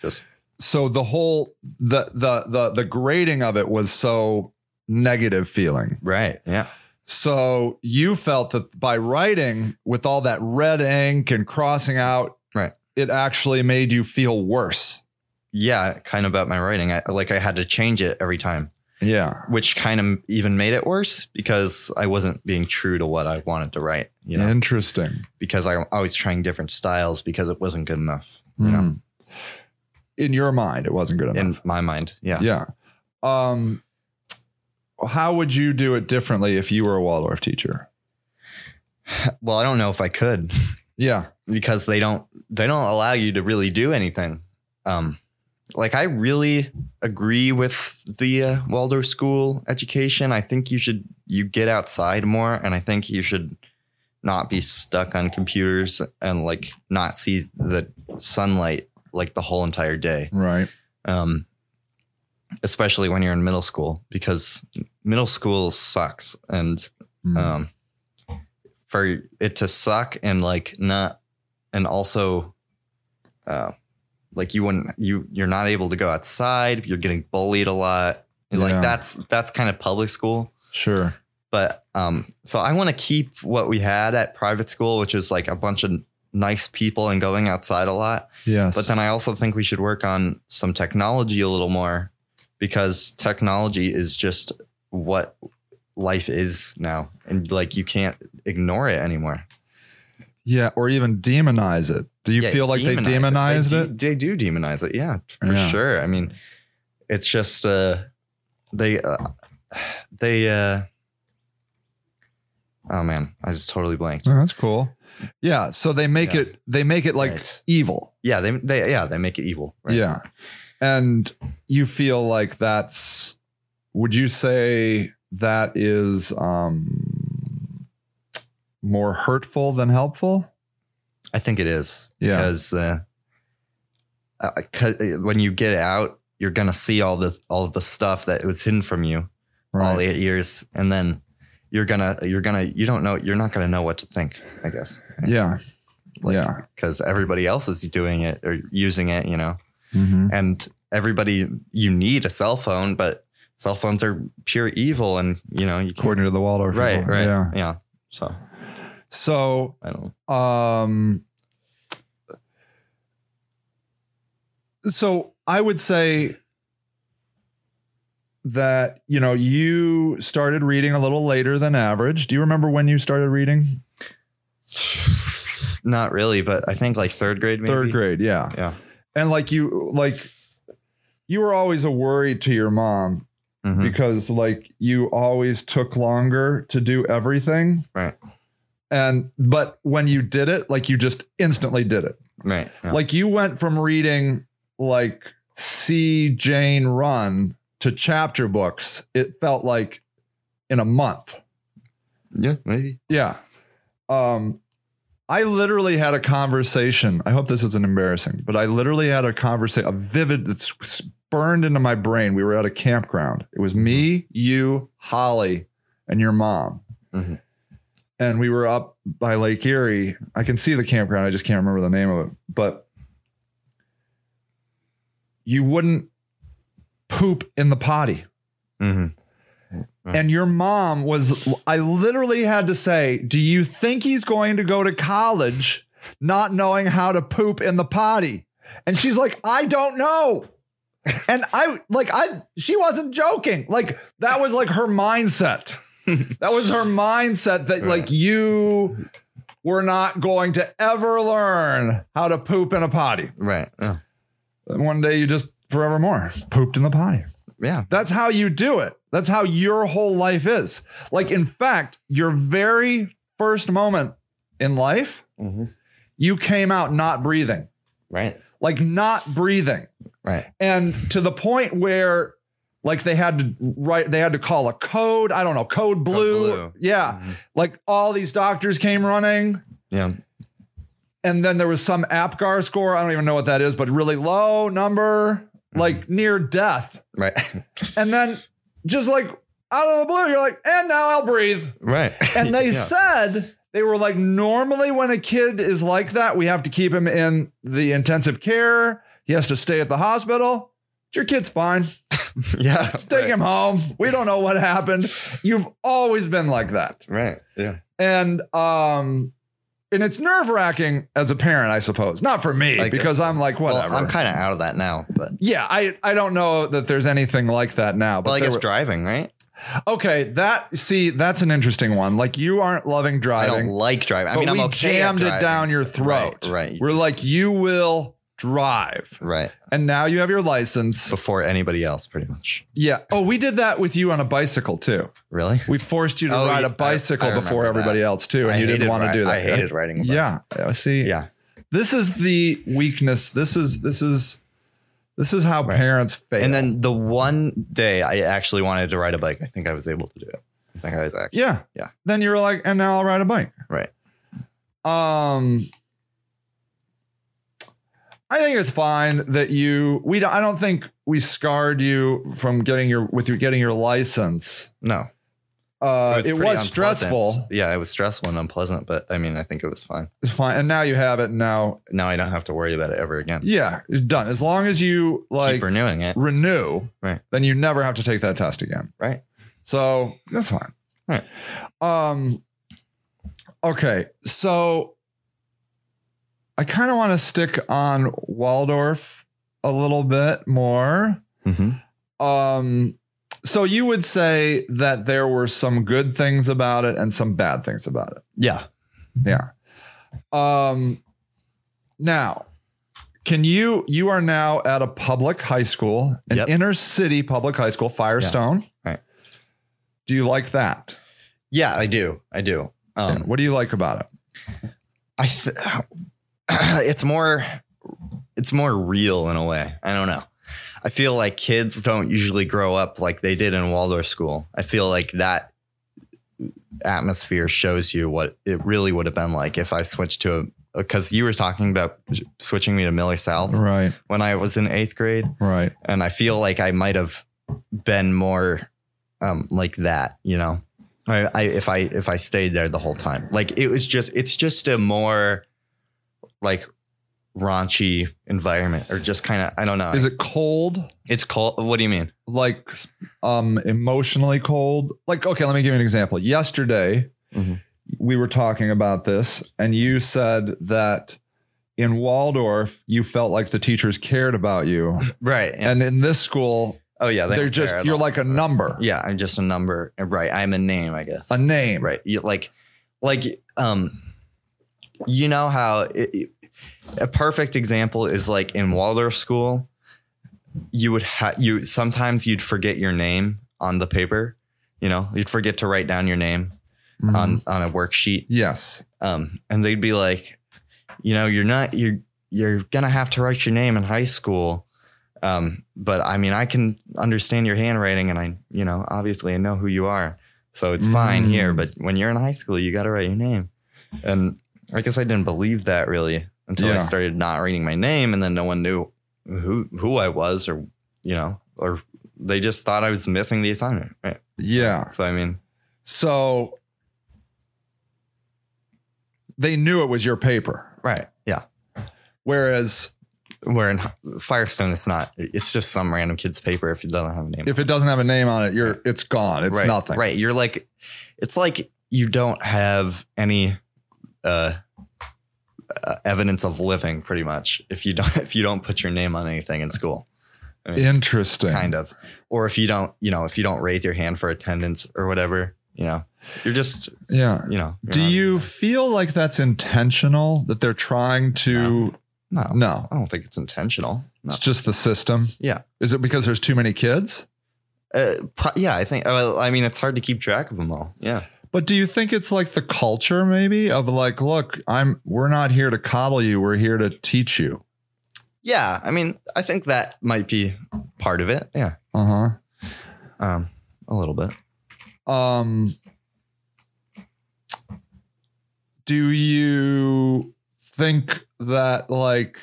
Speaker 5: just
Speaker 4: so the whole the the the the grading of it was so negative feeling
Speaker 5: right yeah
Speaker 4: so you felt that by writing with all that red ink and crossing out
Speaker 5: Right.
Speaker 4: it actually made you feel worse
Speaker 5: yeah kind of about my writing I, like i had to change it every time
Speaker 4: yeah
Speaker 5: which kind of even made it worse because i wasn't being true to what i wanted to write you know
Speaker 4: interesting
Speaker 5: because i'm always trying different styles because it wasn't good enough
Speaker 4: Hmm. in your mind it wasn't good
Speaker 5: in
Speaker 4: enough
Speaker 5: my mind yeah
Speaker 4: yeah um how would you do it differently if you were a waldorf teacher
Speaker 5: well i don't know if i could
Speaker 4: yeah
Speaker 5: because they don't they don't allow you to really do anything. Um, like I really agree with the uh, Waldorf school education. I think you should you get outside more, and I think you should not be stuck on computers and like not see the sunlight like the whole entire day.
Speaker 4: right
Speaker 5: Um, especially when you're in middle school because middle school sucks and
Speaker 4: Hmm.
Speaker 5: um for it to suck and like not and also uh like you wouldn't you you're not able to go outside you're getting bullied a lot
Speaker 4: Yeah.
Speaker 5: like that's that's kind of public school
Speaker 4: sure
Speaker 5: but um so i want to keep what we had at private school which is like a bunch of nice people and going outside a lot
Speaker 4: yes
Speaker 5: but then I also think we should work on some technology a little more because technology is just what life is now. And like you can't ignore it anymore.
Speaker 4: Yeah, or even demonize it. Do you
Speaker 5: Yeah,
Speaker 4: feel like they
Speaker 5: demonize
Speaker 4: demonized it?
Speaker 5: They, do, they do demonize it. Yeah, for
Speaker 4: Yeah.
Speaker 5: sure. I mean, it's just uh, they uh, they uh, oh man, I just totally blanked.
Speaker 4: Oh, that's cool. Yeah, so they make
Speaker 5: Yeah.
Speaker 4: it they make it like
Speaker 5: Right.
Speaker 4: evil.
Speaker 5: Yeah, they they yeah they make it evil. right?
Speaker 4: Yeah. And you feel like that's would you say that is um more hurtful than helpful?
Speaker 5: I think it is
Speaker 4: Yeah.
Speaker 5: because uh, uh, 'cause, uh, when you get out you're gonna see all the all the stuff that was hidden from you all
Speaker 4: Right.
Speaker 5: eight years, and then you're gonna you're gonna you don't know you're not gonna know what to think. I guess
Speaker 4: Yeah.
Speaker 5: Like-
Speaker 4: yeah.
Speaker 5: because everybody else is doing it or using it, you know,
Speaker 4: hmm
Speaker 5: and everybody you need a cell phone, but cell phones are pure evil, and you know you can't.
Speaker 4: According to the Waldorf.
Speaker 5: Right,
Speaker 4: people.
Speaker 5: right,
Speaker 4: Yeah.
Speaker 5: yeah. So
Speaker 4: So,
Speaker 5: I don't.
Speaker 4: um, so I would say that you know you started reading a little later than average. Do you remember when you started reading?
Speaker 5: Not really, but I think like third grade, maybe.
Speaker 4: Third grade, yeah.
Speaker 5: Yeah.
Speaker 4: And like you like you were always a worry to your mom
Speaker 5: Mhm.
Speaker 4: because like you always took longer to do everything.
Speaker 5: Right.
Speaker 4: And but when you did it, like you just instantly did it.
Speaker 5: Right. yeah.
Speaker 4: Like you went from reading like see Jane Run to chapter books. It felt like in a month.
Speaker 5: yeah, maybe.
Speaker 4: Yeah. Um, I literally had a conversation. I hope this isn't embarrassing, but I literally had a conversation, a vivid that's s- burned into my brain. We were at a campground. It was me, you, Holly, and your mom.
Speaker 5: Mhm.
Speaker 4: And we were up by Lake Erie. I can see the campground. I just can't remember the name of it. But you wouldn't poop in the potty.
Speaker 5: hmm
Speaker 4: Mm-hmm. And your mom was, I literally had to say, Do you think he's going to go to college not knowing how to poop in the potty? And she's like, I don't know. And I, like, I, she wasn't joking. Like, that was like her mindset. that was her mindset that, like, you were not going to ever learn how to poop in a potty.
Speaker 5: Right. Yeah.
Speaker 4: And one day you just forevermore pooped in the potty.
Speaker 5: yeah.
Speaker 4: That's how you do it. That's how your whole life is. Like, in fact, your very first moment in life, you came out not breathing,
Speaker 5: Right.
Speaker 4: like, not breathing.
Speaker 5: Right.
Speaker 4: And to the point where, like, they had to write, they had to call a code. I don't know, code blue.
Speaker 5: blue.
Speaker 4: Yeah.
Speaker 5: Mhm.
Speaker 4: Like, all these doctors came running.
Speaker 5: Yeah.
Speaker 4: And then there was some APGAR score. I don't even know what that is, but really low number, like near death.
Speaker 5: Right.
Speaker 4: And then just like out of the blue, you're like, and now I'll breathe.
Speaker 5: right.
Speaker 4: And they
Speaker 5: Yeah.
Speaker 4: said they were like, normally when a kid is like that, we have to keep him in the intensive care. He has to stay at the hospital. But Your kid's fine.
Speaker 5: yeah.
Speaker 4: Take
Speaker 5: right.
Speaker 4: him home. We don't know what happened. You've always been like that.
Speaker 5: Right. Yeah.
Speaker 4: And um and it's nerve wracking as a parent, I suppose. Not for me,
Speaker 5: I guess
Speaker 4: because I'm like,
Speaker 5: Well,
Speaker 4: whatever.
Speaker 5: I'm kind of out of that now, but
Speaker 4: yeah, I, I don't know that there's anything like that now. But
Speaker 5: well, I
Speaker 4: there
Speaker 5: guess
Speaker 4: were-
Speaker 5: driving, right?
Speaker 4: Okay, that see, that's an interesting one. Like you aren't loving
Speaker 5: I
Speaker 4: driving.
Speaker 5: don't like driving. I
Speaker 4: but
Speaker 5: mean, I'm
Speaker 4: we
Speaker 5: okay at
Speaker 4: jammed it
Speaker 5: driving.
Speaker 4: down your throat.
Speaker 5: Right, right.
Speaker 4: We're like, you will drive,
Speaker 5: Right.
Speaker 4: and now you have your license.
Speaker 5: Before anybody else, pretty much.
Speaker 4: Yeah. Oh, we did that with you on a bicycle too.
Speaker 5: Really?
Speaker 4: We forced you to
Speaker 5: Oh,
Speaker 4: ride
Speaker 5: yeah,
Speaker 4: a bicycle
Speaker 5: I- I
Speaker 4: before
Speaker 5: remember
Speaker 4: everybody
Speaker 5: that.
Speaker 4: else too, and
Speaker 5: I
Speaker 4: you didn't
Speaker 5: hated
Speaker 4: want to
Speaker 5: ri-
Speaker 4: do that.
Speaker 5: I hated riding a bike.
Speaker 4: Yeah. I See.
Speaker 5: Yeah.
Speaker 4: This is the weakness. This is this is this is how
Speaker 5: Right.
Speaker 4: parents fail.
Speaker 5: And then the one day I actually wanted to ride a bike, I think I was able to do it. I think I was actually.
Speaker 4: Yeah.
Speaker 5: Yeah.
Speaker 4: Then you were like, and now I'll ride a bike.
Speaker 5: Right.
Speaker 4: Um I think it's fine that you we don't I don't think we scarred you from getting your with you getting your license.
Speaker 5: No.
Speaker 4: Uh it was,
Speaker 5: pretty unpleasant.
Speaker 4: stressful.
Speaker 5: Yeah, it was stressful and unpleasant, but I mean, I think it was fine.
Speaker 4: It's fine. And now you have it now.
Speaker 5: Now I don't have to worry about it ever again.
Speaker 4: Yeah, it's done. As long as you like
Speaker 5: Keep renewing it.
Speaker 4: renew,
Speaker 5: Right.
Speaker 4: then you never have to take that test again.
Speaker 5: Right.
Speaker 4: So that's fine.
Speaker 5: Right.
Speaker 4: Um okay, so I kind of want to stick on Waldorf a little bit more.
Speaker 5: Mm-hmm.
Speaker 4: Um so you would say that there were some good things about it and some bad things about it.
Speaker 5: Yeah.
Speaker 4: Yeah. Um now can you you are now at a public high school, an
Speaker 5: Yep.
Speaker 4: inner city public high school, Firestone.
Speaker 5: Right.
Speaker 4: Do you like that?
Speaker 5: Yeah, I do. I do. Um,
Speaker 4: what do you like about it?
Speaker 5: I th- it's more it's more real in a way. I don't know. I feel like kids don't usually grow up like they did in Waldorf school. I feel like that atmosphere shows you what it really would have been like if I switched to a because you were talking about switching me to Millie South
Speaker 4: Right.
Speaker 5: when I was in eighth grade,
Speaker 4: Right.
Speaker 5: and I feel like I might have been more um, like that, you know. I, I if I if I stayed there the whole time, like it was just it's just a more like raunchy environment, or just kind of I don't know.
Speaker 4: Is it cold?
Speaker 5: It's cold. What do you mean?
Speaker 4: Like um emotionally cold? Like okay, let me give you an example. Yesterday
Speaker 5: Mhm.
Speaker 4: we were talking about this and you said that in Waldorf you felt like the teachers cared about you.
Speaker 5: Right.
Speaker 4: And
Speaker 5: And,
Speaker 4: in this school
Speaker 5: oh yeah,
Speaker 4: they are
Speaker 5: don't care
Speaker 4: just
Speaker 5: at
Speaker 4: you're
Speaker 5: all. Uh,
Speaker 4: like a number.
Speaker 5: yeah. I'm just a number. Right. I'm a name. I guess.
Speaker 4: A name.
Speaker 5: right you, like like um you know how it, it- a perfect example is like in waldorf school you would ha- you sometimes you'd forget your name on the paper you know you'd forget to write down your name
Speaker 4: Mhm.
Speaker 5: on on a worksheet
Speaker 4: yes.
Speaker 5: um and they'd be like you know you're not you're you're gonna have to write your name in high school um but i mean i can understand your handwriting and i you know obviously i know who you are so it's fine
Speaker 4: Mm.
Speaker 5: here but when you're in high school you gotta write your name and i guess i didn't believe that really until i
Speaker 4: Yeah.
Speaker 5: started not writing my name and then no one knew who who i was or you know or they just thought i was missing the assignment right
Speaker 4: Yeah.
Speaker 5: so i mean
Speaker 4: So they knew it was your paper.
Speaker 5: right yeah
Speaker 4: Whereas
Speaker 5: where in Firestone it's not. It's just some random kid's paper if it doesn't have a name.
Speaker 4: if it doesn't have a name on it, you're it's gone. It's
Speaker 5: right,
Speaker 4: nothing.
Speaker 5: Right. You're like, it's like you don't have any uh, uh, evidence of living, pretty much. If you don't, if you don't put your name on anything in school,
Speaker 4: Interesting.
Speaker 5: kind of, or if you don't, you know, if you don't raise your hand for attendance or whatever, you know, you're just,
Speaker 4: Yeah.
Speaker 5: you know. you're
Speaker 4: Do
Speaker 5: not-
Speaker 4: you feel like that's intentional that they're trying to
Speaker 5: No,
Speaker 4: no.
Speaker 5: I don't think it's intentional. No.
Speaker 4: It's just the system.
Speaker 5: Yeah.
Speaker 4: Is it because there's too many kids?
Speaker 5: Uh, pro- yeah, I think. Uh, I mean, it's hard to keep track of them all. Yeah.
Speaker 4: But do you think it's like the culture maybe of like, look, I'm we're not here to coddle you, we're here to teach you.
Speaker 5: Yeah, I mean, I think that might be part of it. Yeah,
Speaker 4: Uh-huh.
Speaker 5: um, a little bit.
Speaker 4: um do you think that like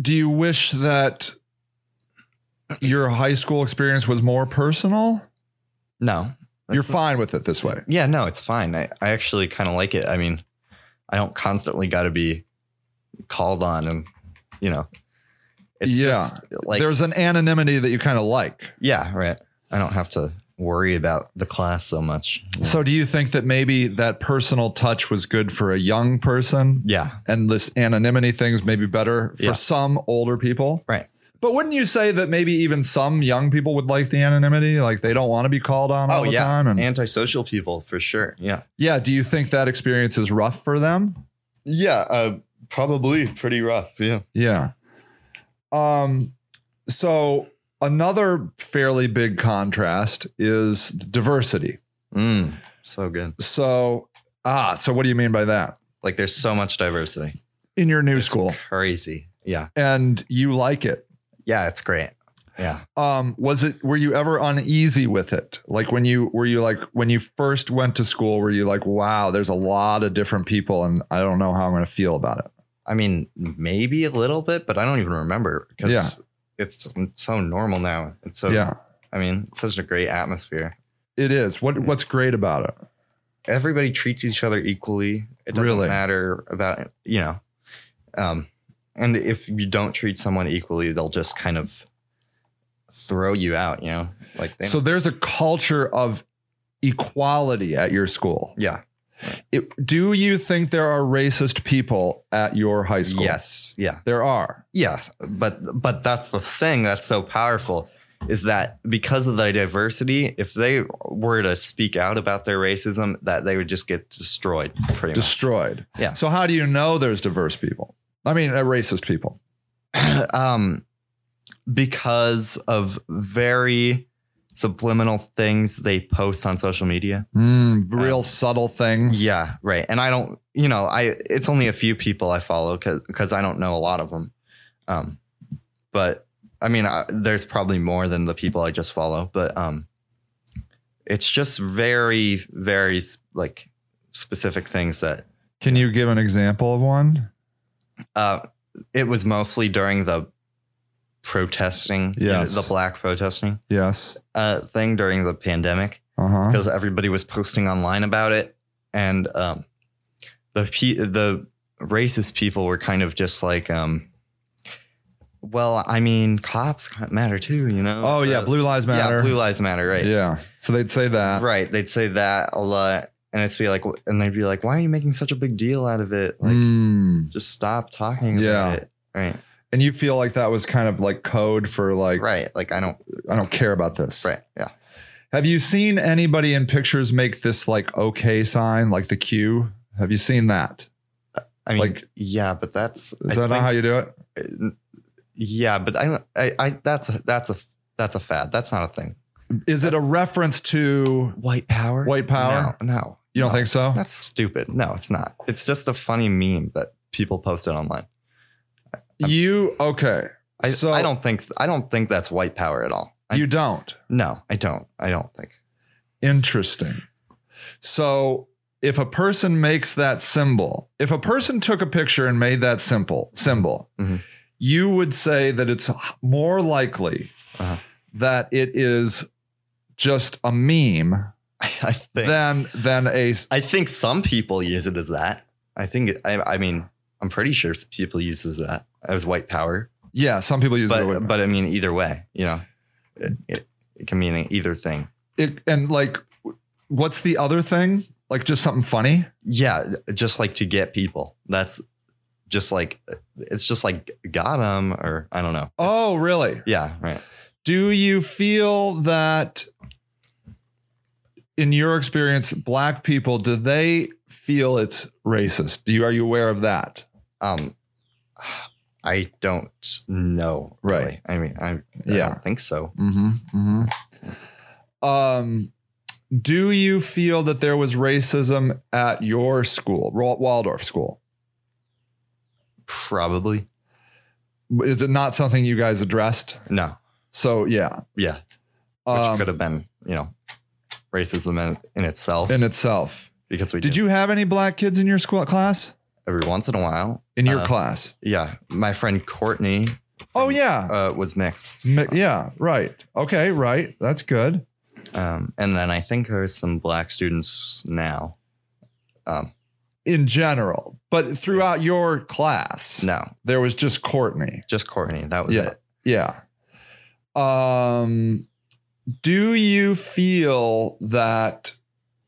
Speaker 4: do you wish that your high school experience was more personal
Speaker 5: No,
Speaker 4: you're fine with it this way
Speaker 5: yeah, no, it's fine. I, I actually kind of like it. I mean, I don't constantly got to be called on, and you know, it's
Speaker 4: Yeah.
Speaker 5: just like
Speaker 4: there's an anonymity that you kind of like
Speaker 5: yeah, right. I don't have to worry about the class so much.
Speaker 4: so do you think that maybe that personal touch was good for a young person
Speaker 5: yeah,
Speaker 4: and this anonymity things may be better for
Speaker 5: Yeah.
Speaker 4: some older people.
Speaker 5: Right.
Speaker 4: But wouldn't you say that maybe even some young people would like the anonymity? Like they don't want to be called on all
Speaker 5: oh
Speaker 4: the
Speaker 5: yeah,
Speaker 4: time. And
Speaker 5: antisocial people for sure. Yeah,
Speaker 4: yeah, do you think that experience is rough for them?
Speaker 5: yeah, uh, probably pretty rough. Yeah,
Speaker 4: Yeah. Um so another fairly big contrast is diversity.
Speaker 5: mm, so good.
Speaker 4: So ah, so what do you mean by that?
Speaker 5: Like, there's so much diversity.
Speaker 4: In your new school
Speaker 5: Crazy. Yeah.
Speaker 4: and you like it.
Speaker 5: Yeah, it's great. Yeah.
Speaker 4: um was it were you ever uneasy with it like when you were you like when you first went to school were you like wow there's a lot of different people and i don't know how i'm going to feel about it
Speaker 5: I mean, maybe a little bit, but I don't even remember because it's so normal now. It's so,
Speaker 4: yeah
Speaker 5: I mean, it's such a great atmosphere.
Speaker 4: it is what what's great about it
Speaker 5: Everybody treats each other equally. It doesn't
Speaker 4: Really?
Speaker 5: matter about, you know, um, and if you don't treat someone equally, they'll just kind of throw you out, you know, like they,
Speaker 4: so there's a culture of equality at your school
Speaker 5: yeah,
Speaker 4: It- do you think there are racist people at your high school
Speaker 5: yes, yeah.
Speaker 4: there are
Speaker 5: Yes, but but that's the thing that's so powerful is that because of the diversity, if they were to speak out about their racism, that they would just get destroyed. Pretty
Speaker 4: destroyed
Speaker 5: Yeah.
Speaker 4: so how do you know there's diverse people i mean uh, racist people
Speaker 5: much, um, because of very subliminal things they post on social media.
Speaker 4: Mm, real subtle things
Speaker 5: Uh, Yeah, right. And I don't, you know, I it's only a few people I follow because I don't know a lot of them. Um, but I mean, I, there's probably more than the people I just follow. But um, it's just very, very like specific things that
Speaker 4: Can you give an example of one?
Speaker 5: uh, it was mostly during the protesting, you know,
Speaker 4: Yes.
Speaker 5: the black protesting
Speaker 4: Yes.
Speaker 5: uh, thing during the pandemic
Speaker 4: Uh huh.
Speaker 5: because everybody was posting online about it, and um, the pe- the racist people were kind of just like, um, well, I mean, cops kind of matter too, you know?
Speaker 4: Oh yeah,
Speaker 5: The-
Speaker 4: blue lives matter.
Speaker 5: Yeah, blue lives matter, right?
Speaker 4: Yeah. So they'd say that.
Speaker 5: Right. They'd say that a lot, and it's be like, and they'd be like, why are you making such a big deal out of it? Like,
Speaker 4: Mm.
Speaker 5: just stop talking about
Speaker 4: Yeah.
Speaker 5: it. Right.
Speaker 4: And you feel like that was kind of like code for like
Speaker 5: Right. Like I don't.
Speaker 4: I don't care about this.
Speaker 5: Right. Yeah.
Speaker 4: Have you seen anybody in pictures make this like okay sign, like the Q? Have you seen that?
Speaker 5: I mean,
Speaker 4: Like-
Speaker 5: yeah, but that's
Speaker 4: Is
Speaker 5: I
Speaker 4: that not how you do it?
Speaker 5: think- yeah, but I, don't- I, I, that's a, that's a, that's a fad. That's not a thing.
Speaker 4: Is it a reference to?
Speaker 5: White power.
Speaker 4: White power?
Speaker 5: No, no.
Speaker 4: You don't
Speaker 5: no.
Speaker 4: think so?
Speaker 5: that's stupid? No, it's not. It's just a funny meme that people posted online.
Speaker 4: You okay?
Speaker 5: I,
Speaker 4: So-
Speaker 5: I don't think I don't think that's white power at all. I,
Speaker 4: you don't.
Speaker 5: no, I don't. I don't think.
Speaker 4: Interesting. So if a person makes that symbol, if a person took a picture and made that simple symbol,
Speaker 5: Mhm.
Speaker 4: you would say that it's more likely
Speaker 5: Uh-huh.
Speaker 4: that it is just a meme
Speaker 5: I, think
Speaker 4: than than a s-
Speaker 5: I think some people use it as that. I think it, I, I mean I'm pretty sure people use it as that as white power.
Speaker 4: yeah. Some people use it,
Speaker 5: but
Speaker 4: with-
Speaker 5: but I mean either way, you know, it, it, it can mean either thing.
Speaker 4: it and like what's the other thing? Like just something funny.
Speaker 5: Yeah, just like to get people. That's just like it's just like got 'em or I don't know.
Speaker 4: Oh, really?
Speaker 5: Yeah, right.
Speaker 4: Do you feel that in your experience, black people, do they feel it's racist? Do you are you aware of that?
Speaker 5: Um, I don't know. Really.
Speaker 4: Right.
Speaker 5: I mean, I, I
Speaker 4: Yeah.
Speaker 5: don't think so.
Speaker 4: Mm-hmm. Mm-hmm. Um do you feel that there was racism at your school, Wa- Waldorf school?
Speaker 5: Probably
Speaker 4: Is it not something you guys addressed?
Speaker 5: no.
Speaker 4: So yeah,
Speaker 5: Yeah, which
Speaker 4: um,
Speaker 5: could have been you know racism in, in itself
Speaker 4: in itself.
Speaker 5: because we
Speaker 4: Did you have any black kids in your school class?
Speaker 5: every once in a while.
Speaker 4: In your
Speaker 5: Uh,
Speaker 4: class?
Speaker 5: Yeah, my friend Courtney.
Speaker 4: Oh
Speaker 5: from-
Speaker 4: yeah,
Speaker 5: uh, was mixed.
Speaker 4: Mi-
Speaker 5: so.
Speaker 4: yeah, right. Okay, right. That's good.
Speaker 5: Um, and then I think there's some black students now. Um,
Speaker 4: in general, but throughout your class,
Speaker 5: no,
Speaker 4: there was just Courtney.
Speaker 5: just Courtney. That was
Speaker 4: Yeah.
Speaker 5: it.
Speaker 4: Yeah. Um, do you feel that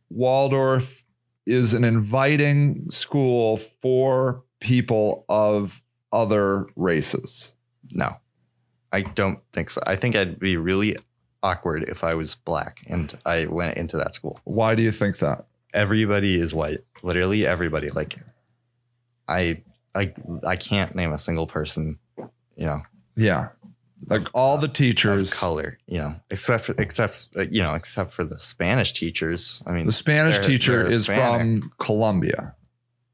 Speaker 4: Waldorf is an inviting school for people of other races?
Speaker 5: No, I don't think so. I think I'd be really awkward if I was black and I went into that school.
Speaker 4: Why do you think that?
Speaker 5: Everybody is white. Literally everybody. Like, I, I, I can't name a single person. You know,
Speaker 4: Yeah. Like all the
Speaker 5: of
Speaker 4: teachers,
Speaker 5: color. You know, except for except uh, you know, except for the Spanish teachers. I mean,
Speaker 4: the Spanish
Speaker 5: they're-
Speaker 4: teacher
Speaker 5: they're
Speaker 4: is
Speaker 5: Hispanic.
Speaker 4: from Colombia.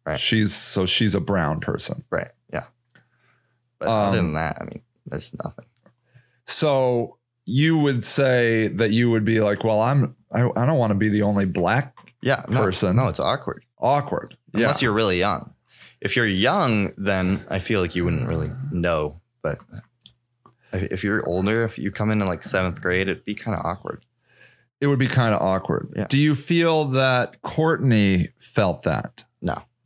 Speaker 5: Right.
Speaker 4: She's so she's a brown person.
Speaker 5: right? Yeah. But other
Speaker 4: Um,
Speaker 5: than that, I mean, there's nothing.
Speaker 4: So you would say that you would be like, well, I'm I, I don't want to be the only black
Speaker 5: yeah, no,
Speaker 4: person.
Speaker 5: No, it's awkward
Speaker 4: awkward.
Speaker 5: unless you're really young. If you're young, then I feel like you wouldn't really know. But if if you're older, if you come in in like seventh grade, it'd be kind of awkward.
Speaker 4: it would be kind of awkward.
Speaker 5: Yeah.
Speaker 4: Do you feel that Courtney felt that?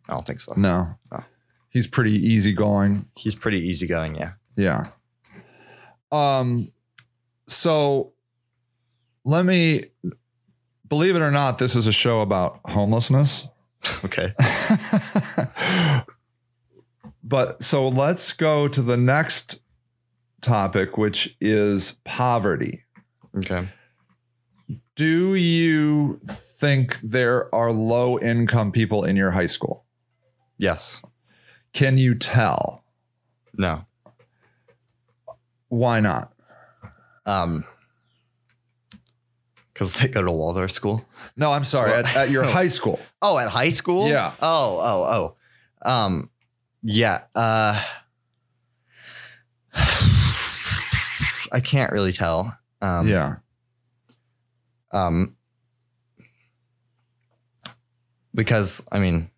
Speaker 5: I don't think so.
Speaker 4: No.
Speaker 5: No.
Speaker 4: He's pretty easygoing.
Speaker 5: He's pretty easygoing. Yeah,
Speaker 4: Yeah. Um so let me believe it or not, this is a show about homelessness.
Speaker 5: okay.
Speaker 4: but so let's go to the next topic, which is poverty.
Speaker 5: Okay.
Speaker 4: Do you think there are low income people in your high school?
Speaker 5: Yes.
Speaker 4: Can you tell?
Speaker 5: No.
Speaker 4: Why not?
Speaker 5: Um. Because they go to Waldorf school.
Speaker 4: No, I'm sorry.
Speaker 5: Well-
Speaker 4: at, at your high school.
Speaker 5: Oh, at high school?
Speaker 4: Yeah.
Speaker 5: Oh, oh, oh. Um, yeah. Uh, I can't really tell. Um,
Speaker 4: yeah.
Speaker 5: Um, because I mean,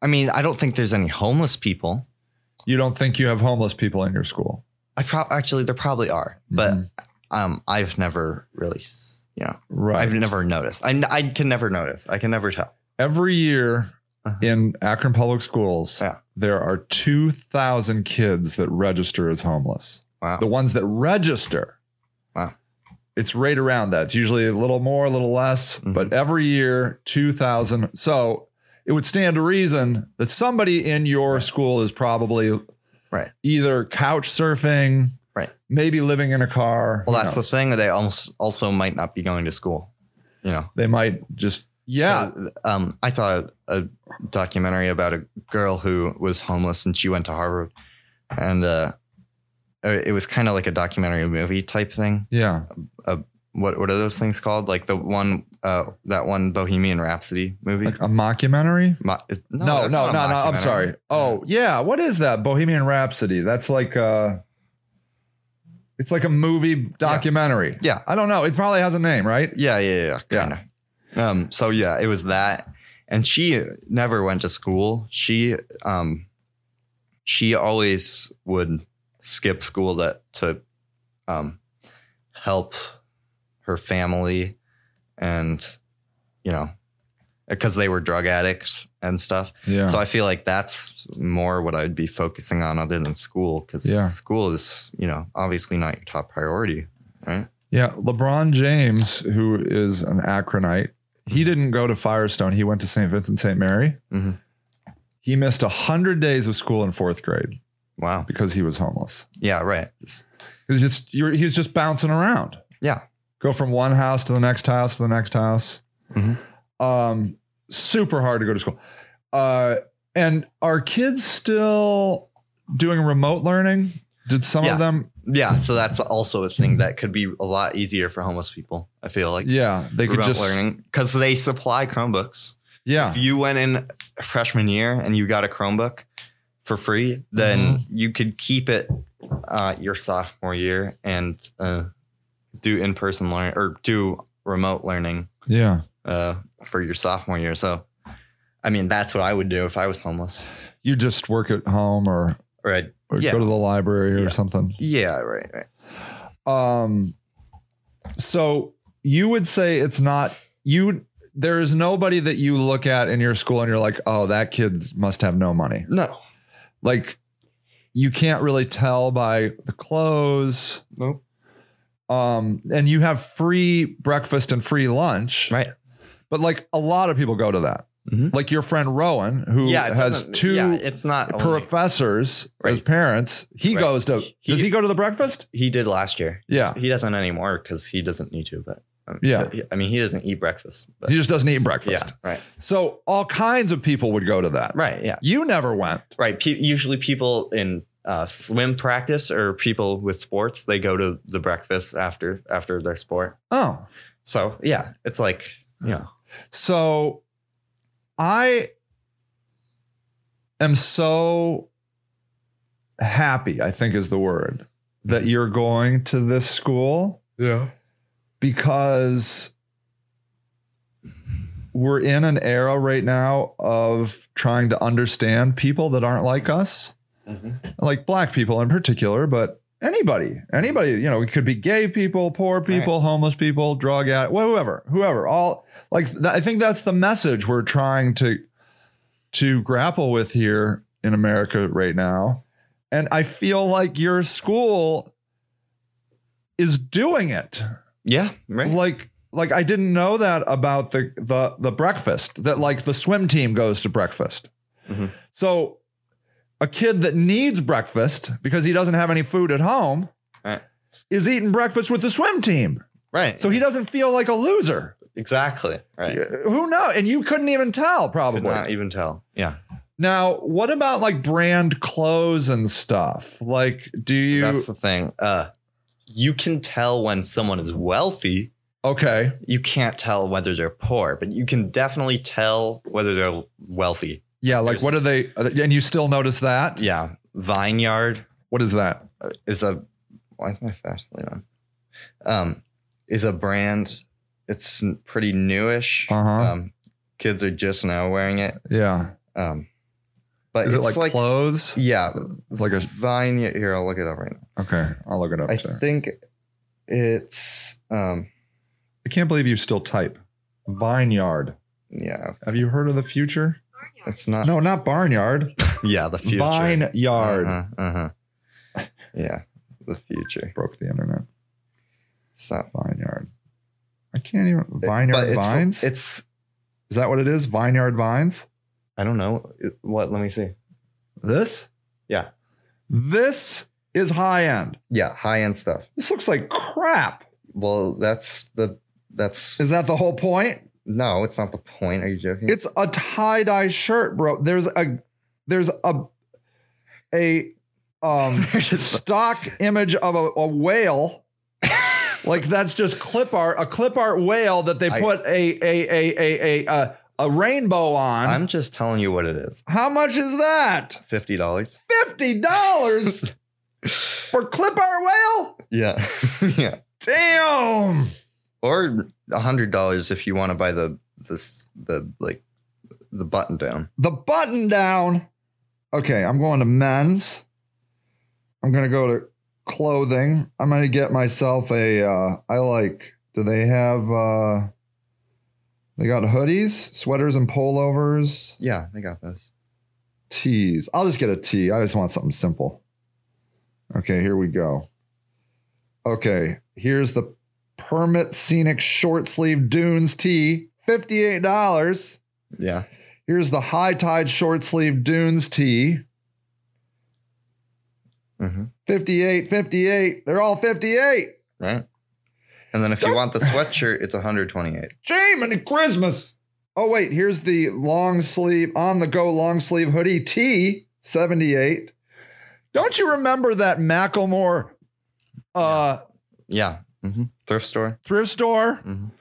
Speaker 5: I mean, I don't think there's any homeless people.
Speaker 4: You don't think you have homeless people in your school?
Speaker 5: I pro- actually there probably are, but
Speaker 4: Mhm.
Speaker 5: um, I've never really, s- you know,
Speaker 4: right.
Speaker 5: I've never noticed. I, n- I can never notice. I can never tell.
Speaker 4: Every year
Speaker 5: Uh-huh.
Speaker 4: in Akron Public Schools,
Speaker 5: Yeah.
Speaker 4: there are 2,000 kids that register as homeless.
Speaker 5: Wow.
Speaker 4: The ones that register,
Speaker 5: Wow.
Speaker 4: it's right around that. It's usually a little more, a little less,
Speaker 5: Mhm.
Speaker 4: but every year, 2,000. So it would stand to reason that somebody in your school is probably
Speaker 5: Right.
Speaker 4: either couch surfing,
Speaker 5: Right.
Speaker 4: maybe living in a car.
Speaker 5: well,
Speaker 4: Who
Speaker 5: that's
Speaker 4: knows?
Speaker 5: the thing. They almost also might not be going to school. You know.
Speaker 4: They might just, yeah.
Speaker 5: Um, I saw a, a documentary about a girl who was homeless and she went to Harvard, and uh, it it was kind of like a documentary movie type thing.
Speaker 4: Yeah.
Speaker 5: What what are those things called? Like the one uh, that one Bohemian Rhapsody movie.
Speaker 4: Like a mockumentary?
Speaker 5: Mo- is-
Speaker 4: No, no,
Speaker 5: that's
Speaker 4: no,
Speaker 5: not a
Speaker 4: no. I'm
Speaker 5: mockumentary.
Speaker 4: sorry. Oh, yeah. What is that? Bohemian Rhapsody. That's like uh it's like a movie documentary.
Speaker 5: Yeah.
Speaker 4: I don't know. It probably has a name, right?
Speaker 5: Yeah, yeah, yeah. Kinda. Um, so yeah, it was that. And she never went to school. She um she always would skip school that to um help her family and you know because they were drug addicts and stuff.
Speaker 4: Yeah.
Speaker 5: So I feel like that's more what I'd be focusing on other than school because
Speaker 4: Yeah.
Speaker 5: school is, you know, obviously not your top priority.
Speaker 4: yeah. LeBron James, who is an Akronite, he didn't go to Firestone. He went to St. Vincent St. Mary.
Speaker 5: Mhm.
Speaker 4: He missed a hundred days of school in fourth grade
Speaker 5: Wow.
Speaker 4: because he was homeless.
Speaker 5: Yeah, right.
Speaker 4: Because it's you're he was just bouncing around.
Speaker 5: Yeah.
Speaker 4: Go from one house to the next house to the next house.
Speaker 5: Mhm.
Speaker 4: Um, super hard to go to school. Uh, and are kids still doing remote learning? Did some
Speaker 5: Yeah.
Speaker 4: of them?
Speaker 5: Yeah, so that's also a thing that could be a lot easier for homeless people. I feel like
Speaker 4: Yeah, they could
Speaker 5: remote
Speaker 4: just
Speaker 5: learning because they supply Chromebooks.
Speaker 4: yeah
Speaker 5: If you went in freshman year and you got a Chromebook for free, then
Speaker 4: Mm-hmm.
Speaker 5: you could keep it uh, your sophomore year and uh, do in person learning or do remote learning
Speaker 4: yeah.
Speaker 5: uh, for your sophomore year. So, I mean, that's what I would do if I was homeless.
Speaker 4: You just work at home or,
Speaker 5: Right?
Speaker 4: or
Speaker 5: Yeah.
Speaker 4: go to the library or
Speaker 5: Yeah.
Speaker 4: something.
Speaker 5: Yeah. Right. Right.
Speaker 4: Um, so you would say it's not you. There is nobody that you look at in your school and you're like, oh, that kid must have no money.
Speaker 5: No.
Speaker 4: like you can't really tell by the clothes
Speaker 5: Nope.
Speaker 4: um and you have free breakfast and free lunch
Speaker 5: Right.
Speaker 4: but like a lot of people go to that
Speaker 5: Mhm.
Speaker 4: like your friend rowan who
Speaker 5: yeah. it
Speaker 4: has
Speaker 5: doesn't-
Speaker 4: two
Speaker 5: Yeah, it's not. only-
Speaker 4: professors as
Speaker 5: Right.
Speaker 4: parents he
Speaker 5: Right.
Speaker 4: goes to
Speaker 5: He-
Speaker 4: does he go to the breakfast
Speaker 5: he did last year.
Speaker 4: yeah
Speaker 5: He doesn't anymore because he doesn't need to. But um,
Speaker 4: Yeah.
Speaker 5: he- I mean, he doesn't eat breakfast. But
Speaker 4: he just doesn't eat
Speaker 5: yeah,
Speaker 4: breakfast
Speaker 5: right,
Speaker 4: so all kinds of people would go to that
Speaker 5: right, yeah,
Speaker 4: you never went
Speaker 5: right. Pe- usually, people in uh, swim practice or people with sports, they go to the breakfast after after their sport.
Speaker 4: oh
Speaker 5: So yeah, it's like yeah,
Speaker 4: So I am so happy, I think is the word, that you're going to this school
Speaker 5: yeah,
Speaker 4: because we're in an era right now of trying to understand people that aren't like us like black people in particular, but anybody, anybody, you know, it could be gay people, poor people, homeless people, drug addict, whoever, whoever, all like th- I think that's the message we're trying to to grapple with here in America right now. And I feel like your school is doing it.
Speaker 5: yeah, right,
Speaker 4: Like like I didn't know that about the the the breakfast that like the swim team goes to breakfast.
Speaker 5: Mhm.
Speaker 4: So a kid that needs breakfast because he doesn't have any food at home
Speaker 5: Right.
Speaker 4: is eating breakfast with the swim team.
Speaker 5: right.
Speaker 4: So he doesn't feel like a loser.
Speaker 5: exactly right.
Speaker 4: Who knows? And you couldn't even tell
Speaker 5: Could
Speaker 4: probably.
Speaker 5: not e- even tell. Yeah,
Speaker 4: Now, what about like brand clothes and stuff? Like do you
Speaker 5: that's the thing. Uh, you can tell when someone is wealthy
Speaker 4: Okay.
Speaker 5: you can't tell whether they're poor, but you can definitely tell whether they're wealthy.
Speaker 4: Yeah, like
Speaker 5: There's-
Speaker 4: what are they and you still notice that?
Speaker 5: Yeah. Vineyard uh,
Speaker 4: What is that?
Speaker 5: is a why is my flashlight on? Um, is a brand It's n- pretty newish.
Speaker 4: Uh-huh.
Speaker 5: Um, kids are just now wearing it.
Speaker 4: Yeah.
Speaker 5: Um, but
Speaker 4: Is it
Speaker 5: it's
Speaker 4: like,
Speaker 5: like,
Speaker 4: clothes?
Speaker 5: yeah,
Speaker 4: It's like a
Speaker 5: Vine. Here, I'll look it up right now.
Speaker 4: okay. I'll look it up.
Speaker 5: I
Speaker 4: too.
Speaker 5: think it's um,
Speaker 4: I can't believe you still type vineyard.
Speaker 5: yeah,
Speaker 4: Have you heard of the future?
Speaker 5: it's not.
Speaker 4: No, not barnyard.
Speaker 5: Yeah, the future.
Speaker 4: Vineyard
Speaker 5: Uh huh. yeah, the future.
Speaker 4: broke the internet.
Speaker 5: So,
Speaker 4: Vineyard. I can't even vineyard
Speaker 5: but it's,
Speaker 4: vines.
Speaker 5: It's
Speaker 4: is that what it is? Vineyard vines.
Speaker 5: I don't know It- what. Let me see.
Speaker 4: This.
Speaker 5: Yeah.
Speaker 4: This is high end.
Speaker 5: Yeah, high end stuff.
Speaker 4: This looks like crap.
Speaker 5: Well, that's the that's
Speaker 4: Is that the whole point?
Speaker 5: no, it's not the point. Are you joking?
Speaker 4: It's a tie dye shirt, bro. There's a there's a a um stock image of a, a whale. like that's just clip art, a clip art whale that they
Speaker 5: I-
Speaker 4: put a a a a a a, a rainbow on.
Speaker 5: I'm just telling you what it is.
Speaker 4: How much is that?
Speaker 5: Fifty dollars.
Speaker 4: Fifty dollars for clip art whale?
Speaker 5: Yeah, yeah,
Speaker 4: Damn.
Speaker 5: or hundred dollars if you want to buy the this the like the button down.
Speaker 4: The button down. Okay, I'm going to men's. I'm gonna go to clothing. I'm gonna get myself a uh I like do they have uh they got hoodies, sweaters and pullovers,
Speaker 5: Yeah, they got those.
Speaker 4: tees. I'll just get a tee. I just want something simple. Okay, here we go. Okay, here's the permit scenic short sleeve dunes tee, $58.
Speaker 5: Yeah,
Speaker 4: Here's the high tide short sleeve dunes tee.
Speaker 5: hmm
Speaker 4: 58, 58. They're all 58.
Speaker 5: right. And then if you want the sweatshirt, it's hundred twenty eight.
Speaker 4: Jamie Christmas. Oh, wait. Here's the long sleeve, on the go long sleeve hoodie T 78. Don't you remember that Macklemore uh,
Speaker 5: Yeah, hmm thrift store.
Speaker 4: thrift store
Speaker 5: Mhm.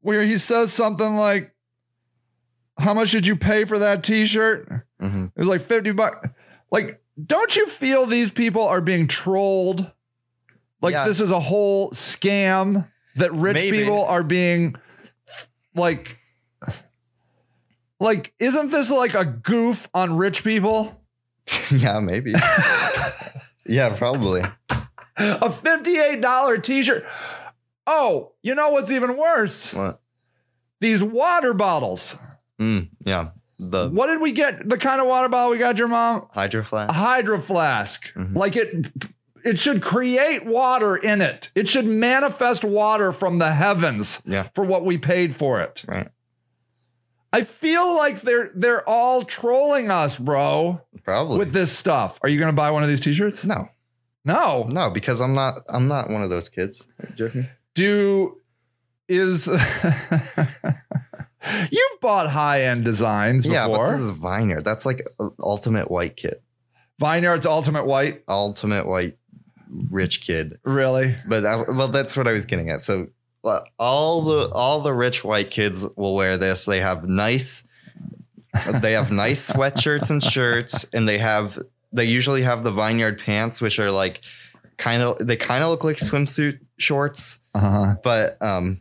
Speaker 4: where he says something like, How much did you pay for that t shirt?
Speaker 5: hmm
Speaker 4: It was like 50 bucks. Like, don't you feel these people are being trolled? Like,
Speaker 5: Yeah.
Speaker 4: this is a whole scam that rich
Speaker 5: Maybe.
Speaker 4: people are being like, like, isn't this like a goof on rich people?
Speaker 5: yeah, maybe. yeah, probably.
Speaker 4: A $58 t shirt. Oh, you know what's even worse?
Speaker 5: What?
Speaker 4: These water bottles.
Speaker 5: Mm, yeah, the
Speaker 4: What Uh, did we get? The kind of water bottle we got your mom?
Speaker 5: hydro flask.
Speaker 4: a hydro flask.
Speaker 5: Mhm.
Speaker 4: Like it it should create water in it. It should manifest water from the heavens
Speaker 5: Yeah.
Speaker 4: for what we paid for it.
Speaker 5: Right.
Speaker 4: I feel like they're they're all trolling us, bro,
Speaker 5: Probably.
Speaker 4: with this stuff. Are you going to buy one of these t-shirts?
Speaker 5: no,
Speaker 4: No.
Speaker 5: no, because I'm not. I'm not one of those kids. Are you joking?
Speaker 4: Do is You've bought high-end designs before.
Speaker 5: Yeah, but this is Vineyard. That's like uh, ultimate white kid,
Speaker 4: Vineyard's Ultimate White,
Speaker 5: ultimate white rich kid.
Speaker 4: really?
Speaker 5: But I, well, that's what I was getting at. So well, all the all the rich white kids will wear this. They have nice, they have nice sweatshirts and shirts, and they have they usually have the Vineyard pants, which are like kind of they kind of look like swimsuit shorts,
Speaker 4: Uh-huh.
Speaker 5: but um,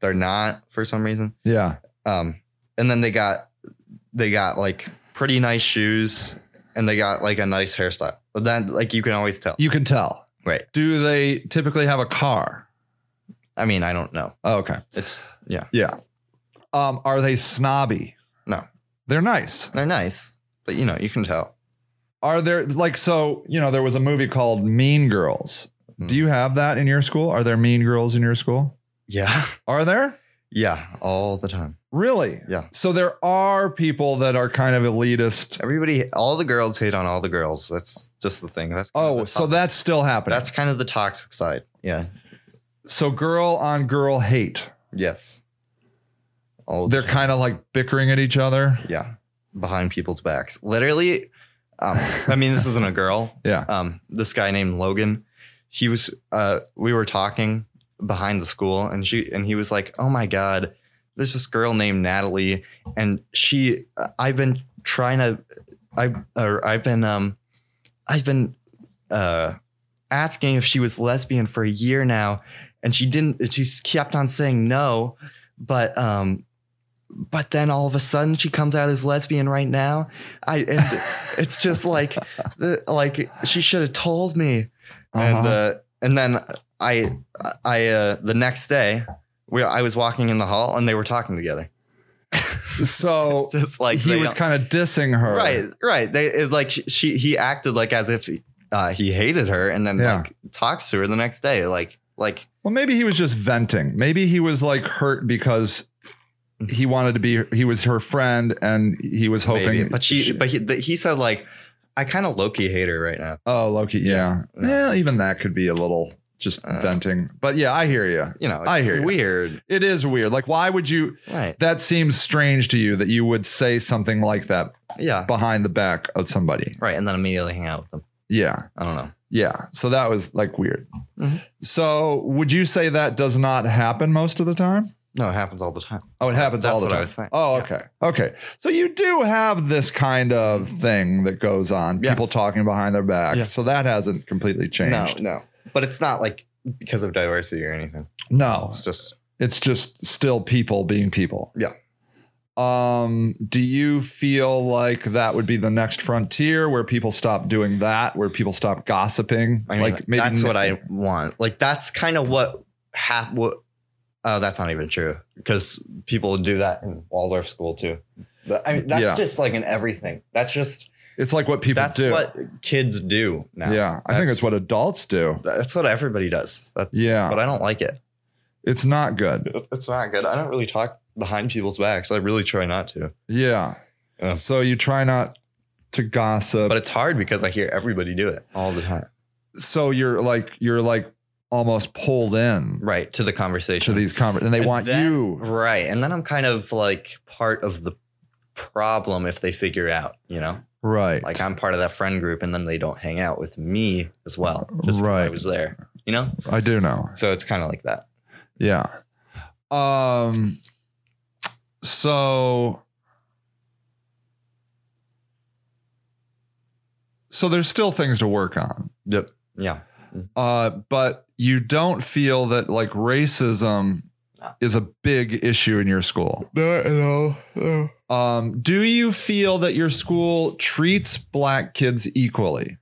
Speaker 5: they're not for some reason.
Speaker 4: Yeah.
Speaker 5: Um, and then they got they got like pretty nice shoes and they got like a nice hairstyle. But then like you can always tell.
Speaker 4: You can tell.
Speaker 5: Right.
Speaker 4: Do they typically have a car? Oh,
Speaker 5: I mean, I don't know.
Speaker 4: okay.
Speaker 5: It's yeah,
Speaker 4: Yeah. Um, are they snobby?
Speaker 5: No.
Speaker 4: They're nice.
Speaker 5: they're nice, but you know, you can tell.
Speaker 4: Are there like so, you know, there was a movie called Mean Girls.
Speaker 5: Hmm.
Speaker 4: Do you have that in your school? Are there mean girls in your school?
Speaker 5: Yeah.
Speaker 4: Are there?
Speaker 5: Yeah, all the time.
Speaker 4: Really?
Speaker 5: Yeah.
Speaker 4: So there are people that are kind of elitist.
Speaker 5: Everybody all the girls hate on all the girls. That's just the thing. That's kind of
Speaker 4: Oh,
Speaker 5: the
Speaker 4: so
Speaker 5: to-
Speaker 4: that's still happening.
Speaker 5: that's kind of the toxic side. Yeah.
Speaker 4: so girl on girl hate.
Speaker 5: Yes. All the
Speaker 4: They're
Speaker 5: time.
Speaker 4: kind of like bickering at each other.
Speaker 5: yeah, behind people's backs. Literally um, I mean, this isn't a girl,
Speaker 4: Yeah.
Speaker 5: um, this guy named Logan. He was uh, we were talking behind the school, and she and he was like, "Oh my god, there's this girl named Natalie, and she uh, I've been trying to, I or I've been um, I've been uh, asking if she was lesbian for a year now." and she didn't. She kept on saying no, but um, but then all of a sudden she comes out as lesbian right now. I and it's just like, the, like she should have told me. And
Speaker 4: Uh-huh.
Speaker 5: uh, and then I I uh, the next day we I was walking in the hall and they were talking together.
Speaker 4: so
Speaker 5: It's just like
Speaker 4: he
Speaker 5: they
Speaker 4: was
Speaker 5: don't-
Speaker 4: kind of dissing her.
Speaker 5: right right they it, like she, she he acted like as if uh, he hated her and then
Speaker 4: Yeah.
Speaker 5: like talks to her the next day like like
Speaker 4: Well, maybe he was just venting. Maybe he was like hurt because he wanted to be he was her friend and he was hoping
Speaker 5: maybe. but she but he, th- he said like I kind of Loki hate her right now
Speaker 4: Oh, Loki, yeah.
Speaker 5: Yeah.
Speaker 4: Yeah, even that could be a little just
Speaker 5: Uh.
Speaker 4: venting. But yeah, I hear you.
Speaker 5: you know it's
Speaker 4: I hear you.
Speaker 5: weird
Speaker 4: It is weird. Like why would you
Speaker 5: right
Speaker 4: that seems strange to you that you would say something like that
Speaker 5: yeah
Speaker 4: behind the back of somebody.
Speaker 5: right and then immediately hang out with them
Speaker 4: Yeah.
Speaker 5: I don't know
Speaker 4: Yeah. So that was like weird.
Speaker 5: Mhm.
Speaker 4: So would you say that does not happen most of the time?
Speaker 5: no it happens all the time
Speaker 4: Oh, it happens
Speaker 5: That's
Speaker 4: all the
Speaker 5: what I
Speaker 4: time.
Speaker 5: was saying.
Speaker 4: Oh,
Speaker 5: Yeah.
Speaker 4: okay. Okay. So you do have this kind of thing that goes on,
Speaker 5: Mm-hmm. Yeah.
Speaker 4: people talking behind their back.
Speaker 5: Yeah.
Speaker 4: So that hasn't completely changed.
Speaker 5: no no but it's not like because of diversity or anything
Speaker 4: No.
Speaker 5: it's just
Speaker 4: It's just still people being people.
Speaker 5: Yeah.
Speaker 4: Um, do you feel like that would be the next frontier where people stop doing that, where people stop gossiping?
Speaker 5: I mean,
Speaker 4: like
Speaker 5: that's what I want. Like that's kind of what hap what oh that's not even true because people do that in Waldorf school too. But I mean that's
Speaker 4: Yeah.
Speaker 5: just like in everything. That's just
Speaker 4: it's like what people
Speaker 5: that's
Speaker 4: do.
Speaker 5: what kids do now.
Speaker 4: yeah. I think
Speaker 5: That's-
Speaker 4: it's what adults do.
Speaker 5: That's what everybody does. That's
Speaker 4: Yeah.
Speaker 5: But I don't like it.
Speaker 4: It's not good.
Speaker 5: It- It's not good. I don't really talk behind people's backs. I really try not to.
Speaker 4: Yeah.
Speaker 5: Yeah.
Speaker 4: So you try not to gossip.
Speaker 5: But it's hard because I hear everybody do it all the time.
Speaker 4: so you're like you're like almost pulled in
Speaker 5: Right. To the
Speaker 4: to
Speaker 5: conversation.
Speaker 4: these conversations, and they
Speaker 5: And
Speaker 4: want
Speaker 5: then-
Speaker 4: you.
Speaker 5: Right. And then I'm kind of like part of the problem if they figure out, you know?
Speaker 4: Right.
Speaker 5: like I'm part of that friend group, and then they don't hang out with me as well. Just 'cause I
Speaker 4: Right.
Speaker 5: was there, you know.
Speaker 4: I do know.
Speaker 5: So it's kind of like that.
Speaker 4: Yeah. Um so So there's still things to work on. Yep.
Speaker 5: Yeah,
Speaker 4: Uh but you don't feel that like racism is a big issue in your school.
Speaker 5: not at all. No.
Speaker 4: Um do you feel that your school treats black kids equally?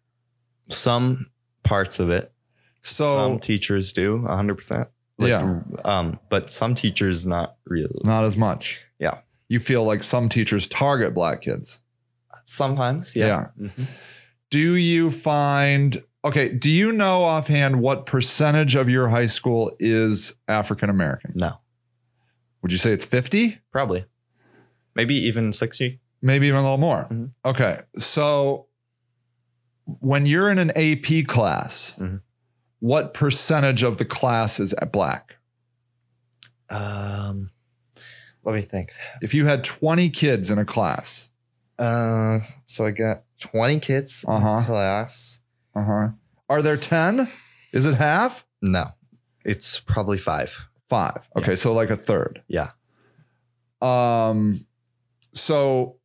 Speaker 5: Some parts of it.
Speaker 4: So
Speaker 5: some teachers do 100. percent like,
Speaker 4: Yeah.
Speaker 5: Um, but some teachers not really.
Speaker 4: not as much.
Speaker 5: Yeah.
Speaker 4: You feel like some teachers target black kids.
Speaker 5: Sometimes, yeah. Mhm.
Speaker 4: do you find okay do you know offhand what percentage of your high school is african american
Speaker 5: No,
Speaker 4: would you say it's 50
Speaker 5: probably, maybe even 60.
Speaker 4: maybe even a little more
Speaker 5: Mhm.
Speaker 4: okay so when you're in an ap class
Speaker 5: Mhm.
Speaker 4: what percentage of the class is black
Speaker 5: Um, let me think.
Speaker 4: if you had 20 kids in a class
Speaker 5: Uh, so I got 20 kids
Speaker 4: Uh-huh.
Speaker 5: in class.
Speaker 4: uh-huh are there 10 is it half
Speaker 5: No, it's probably five.
Speaker 4: five okay so like a third
Speaker 5: Yeah.
Speaker 4: Um, so,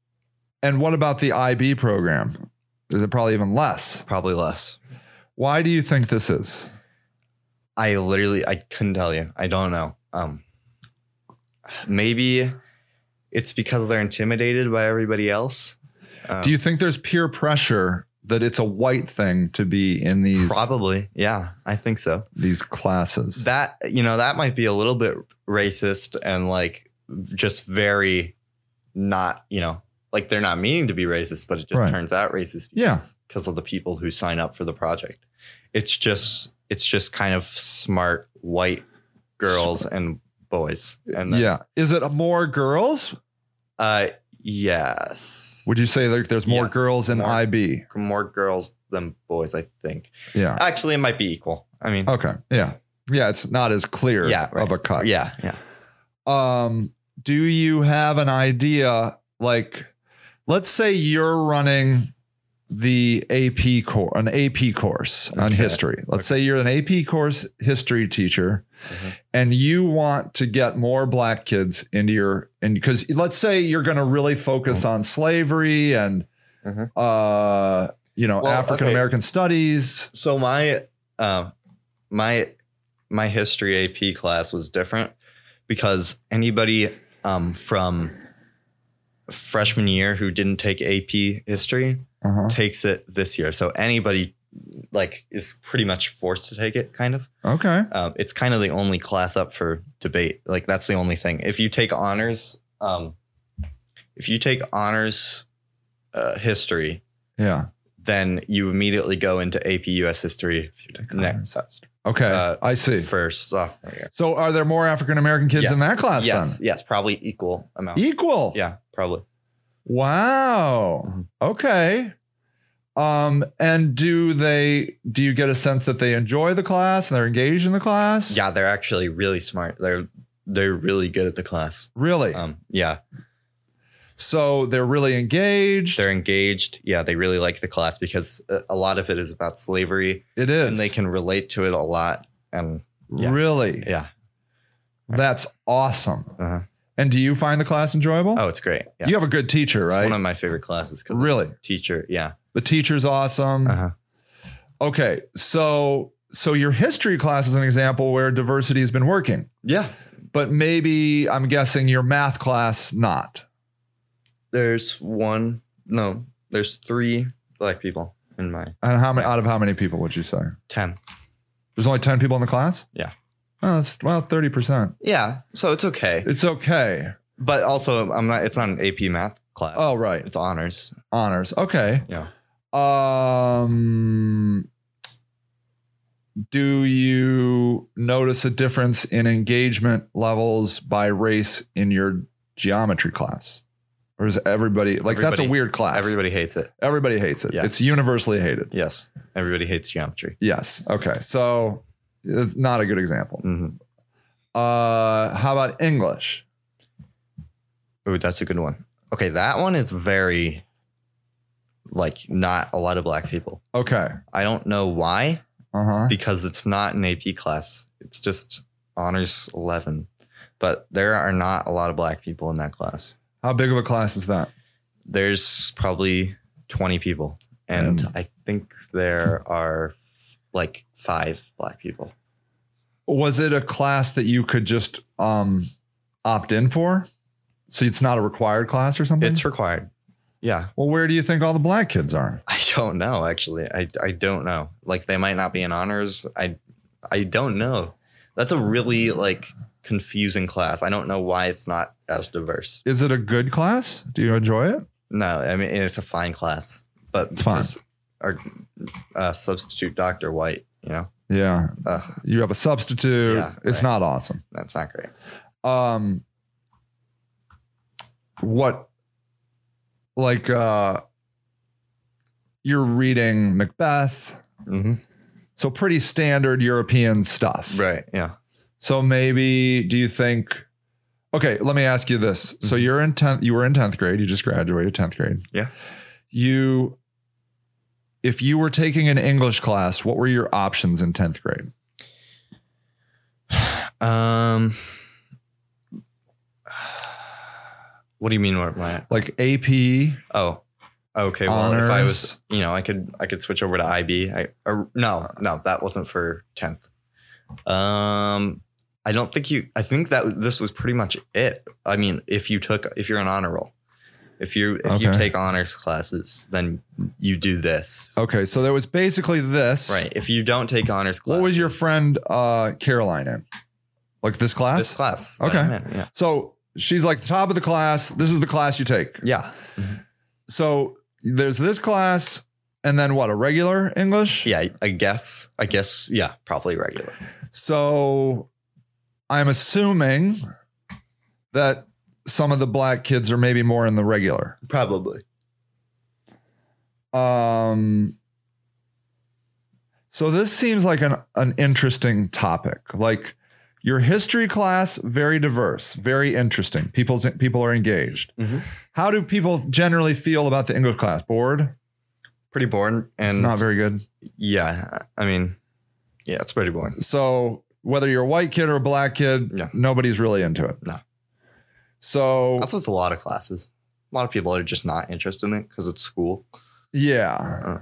Speaker 4: and what about the IB program? Is it probably even less?
Speaker 5: probably less.
Speaker 4: Why do you think this is?
Speaker 5: I literally I couldn't tell you. I don't know. Um maybe it's because they're intimidated by everybody else. Um,
Speaker 4: Do you think there's peer pressure that it's a white thing to be in these
Speaker 5: probably? Yeah, I think so.
Speaker 4: these classes?
Speaker 5: That you know, that might be a little bit racist and like just very not, you know, like they're not meaning to be racist, but it just
Speaker 4: Right.
Speaker 5: turns out racist
Speaker 4: Yeah.
Speaker 5: because, because of the people who sign up for the project. It's just it's just kind of smart white girls and boys and then-
Speaker 4: yeah. Is it more girls?
Speaker 5: Uh, yes.
Speaker 4: Would you say like there's more
Speaker 5: Yes,
Speaker 4: girls in
Speaker 5: more.
Speaker 4: IB?
Speaker 5: more girls than boys, I think.
Speaker 4: Yeah.
Speaker 5: Actually, it might be equal. I mean,
Speaker 4: Okay. Yeah. Yeah. It's not as clear
Speaker 5: Yeah, right.
Speaker 4: of a cut.
Speaker 5: yeah, yeah.
Speaker 4: um do you have an idea like let's say you're running the AP course an AP course on
Speaker 5: Okay.
Speaker 4: history let's say you're an AP course history teacher
Speaker 5: Mhm.
Speaker 4: and you want to get more black kids into your and cuz let's say you're going to really focus
Speaker 5: Mm-hmm.
Speaker 4: on slavery and
Speaker 5: Mhm.
Speaker 4: uh you know
Speaker 5: Well,
Speaker 4: African American studies
Speaker 5: So uh, my, um, my my history AP class was different because anybody um, from freshman year who didn't take AP history
Speaker 4: Uh-huh.
Speaker 5: takes it this year. So anybody like is pretty much forced to take it kind of.
Speaker 4: Okay.
Speaker 5: Um, it's kind of the only class up for debate. Like that's the only thing. If you take honors, um, if you take honors uh, history,
Speaker 4: Yeah.
Speaker 5: then you immediately go into AP US history next
Speaker 4: Okay.
Speaker 5: Uh,
Speaker 4: I see.
Speaker 5: for sophomore year.
Speaker 4: So are there more African American kids
Speaker 5: Yes.
Speaker 4: in that class
Speaker 5: yes, yes, probably equal amount.
Speaker 4: then? Equal.
Speaker 5: Oh. yeah, Mm-hmm. probably.
Speaker 4: Wow. Okay. Um, and do they do you get a sense that they enjoy the class and they're engaged in the class?
Speaker 5: Yeah, they're actually really smart. They're they're really good at the class.
Speaker 4: Really?
Speaker 5: Um, yeah,
Speaker 4: so they're really engaged.
Speaker 5: they're engaged. Yeah, they really like the class because a- a lot of it is about slavery,
Speaker 4: It is.
Speaker 5: and they can relate to it a lot. And yeah.
Speaker 4: really.
Speaker 5: yeah,
Speaker 4: That's awesome.
Speaker 5: Uh-huh.
Speaker 4: And do you find the class enjoyable?
Speaker 5: oh, it's great. Yeah,
Speaker 4: You have a good teacher,
Speaker 5: it's
Speaker 4: right?
Speaker 5: one of my favorite classes because
Speaker 4: really. Mm-hmm.
Speaker 5: teacher. Yeah,
Speaker 4: The teacher's awesome.
Speaker 5: uh-huh.
Speaker 4: Okay. So so your history class is an example where diversity has been working,
Speaker 5: yeah.
Speaker 4: but maybe I'm guessing your math class not.
Speaker 5: There's one. No, there's three black people in my
Speaker 4: And how many out of how many people would you say?
Speaker 5: ten.
Speaker 4: There's only 10 people in the class?
Speaker 5: Yeah.
Speaker 4: Oh, that's well, 30%.
Speaker 5: Yeah, so it's okay.
Speaker 4: It's okay.
Speaker 5: But also, I'm not. It's not an AP math class.
Speaker 4: Oh, right.
Speaker 5: it's honors.
Speaker 4: Honors. Okay.
Speaker 5: Yeah.
Speaker 4: Um do you notice a difference in engagement levels by race in your geometry class? Or is everybody like that's a
Speaker 5: Everybody-
Speaker 4: weird class?
Speaker 5: Everybody hates it.
Speaker 4: Everybody hates it.
Speaker 5: Yeah.
Speaker 4: It's universally hated.
Speaker 5: Yes, everybody hates geometry.
Speaker 4: Yes. Okay. So it's not a good example.
Speaker 5: hmm
Speaker 4: Uh how about English?
Speaker 5: Oh, that's a good one. Okay, that one is very like not a lot of black people.
Speaker 4: Okay.
Speaker 5: I don't know why
Speaker 4: Uh-huh.
Speaker 5: because it's not an AP class. It's just honors 11. But there are not a lot of black people in that class.
Speaker 4: How big of a class is that?
Speaker 5: There's probably 20 people and I think there are like 5 black people.
Speaker 4: Was it a class that you could just um opt in for? So it's not a required class or something?
Speaker 5: It's required. Yeah.
Speaker 4: well, where do you think all the black kids are?
Speaker 5: I don't know actually. I I don't know. Like they might not be in honors. I I don't know. That's a really like confusing class. I don't know why it's not as diverse.
Speaker 4: Is it a good class? Do you enjoy it?
Speaker 5: No, I mean it's a fine class, but
Speaker 4: It's fine.
Speaker 5: because Our uh, substitute doctor White, you know,
Speaker 4: Yeah.
Speaker 5: uh,
Speaker 4: You have a substitute.
Speaker 5: Yeah,
Speaker 4: it's
Speaker 5: right.
Speaker 4: not awesome.
Speaker 5: that's not great.
Speaker 4: Um what like uh you're reading Macbeth.
Speaker 5: hmm
Speaker 4: So pretty standard European stuff.
Speaker 5: Right? Yeah.
Speaker 4: So maybe do you think Okay, let me ask you this. So you're in 10th you were in 10th grade, you just graduated 10th grade.
Speaker 5: Mm-hmm. Yeah.
Speaker 4: You if you were taking an English class, what were your options in 10th grade?
Speaker 5: Um. What do you mean? What my
Speaker 4: Like E? AP,
Speaker 5: Oh, okay. Well, if I
Speaker 4: Honors.
Speaker 5: was, you know, I could I could switch over to IB. I or, no, no, that wasn't for tenth. Um, I don't think you. I think that was- this was pretty much it. I mean, if you took if you're an honor roll, if you if you
Speaker 4: Okay.
Speaker 5: take honors classes, then you do this.
Speaker 4: Okay, so there was basically this.
Speaker 5: Right. If you don't take honors
Speaker 4: What
Speaker 5: classes,
Speaker 4: was your friend uh, Caroline in? Like this class?
Speaker 5: This class. that
Speaker 4: Okay.
Speaker 5: I'm in, Yeah.
Speaker 4: So she's like the top of the class. This is the class you take.
Speaker 5: Yeah.
Speaker 4: So there's this class, and then what? A regular English.
Speaker 5: Yeah. I guess. I guess. Yeah. Probably regular.
Speaker 4: So I'm assuming that some of the black kids are maybe more in the regular.
Speaker 5: Probably.
Speaker 4: Um. So this seems like an an interesting topic. Like your history class, very diverse, very interesting. People's people are engaged.
Speaker 5: Mhm.
Speaker 4: How do people generally feel about the English class? Bored?
Speaker 5: Pretty boring and
Speaker 4: it's not very good.
Speaker 5: Yeah, I mean, yeah, it's pretty boring.
Speaker 4: So whether you're a white kid or a black kid,
Speaker 5: Yeah.
Speaker 4: nobody's really into it.
Speaker 5: No.
Speaker 4: So
Speaker 5: That's with a lot of classes. A lot of people are just not interested in it because it's school.
Speaker 4: yeah,
Speaker 5: Uh,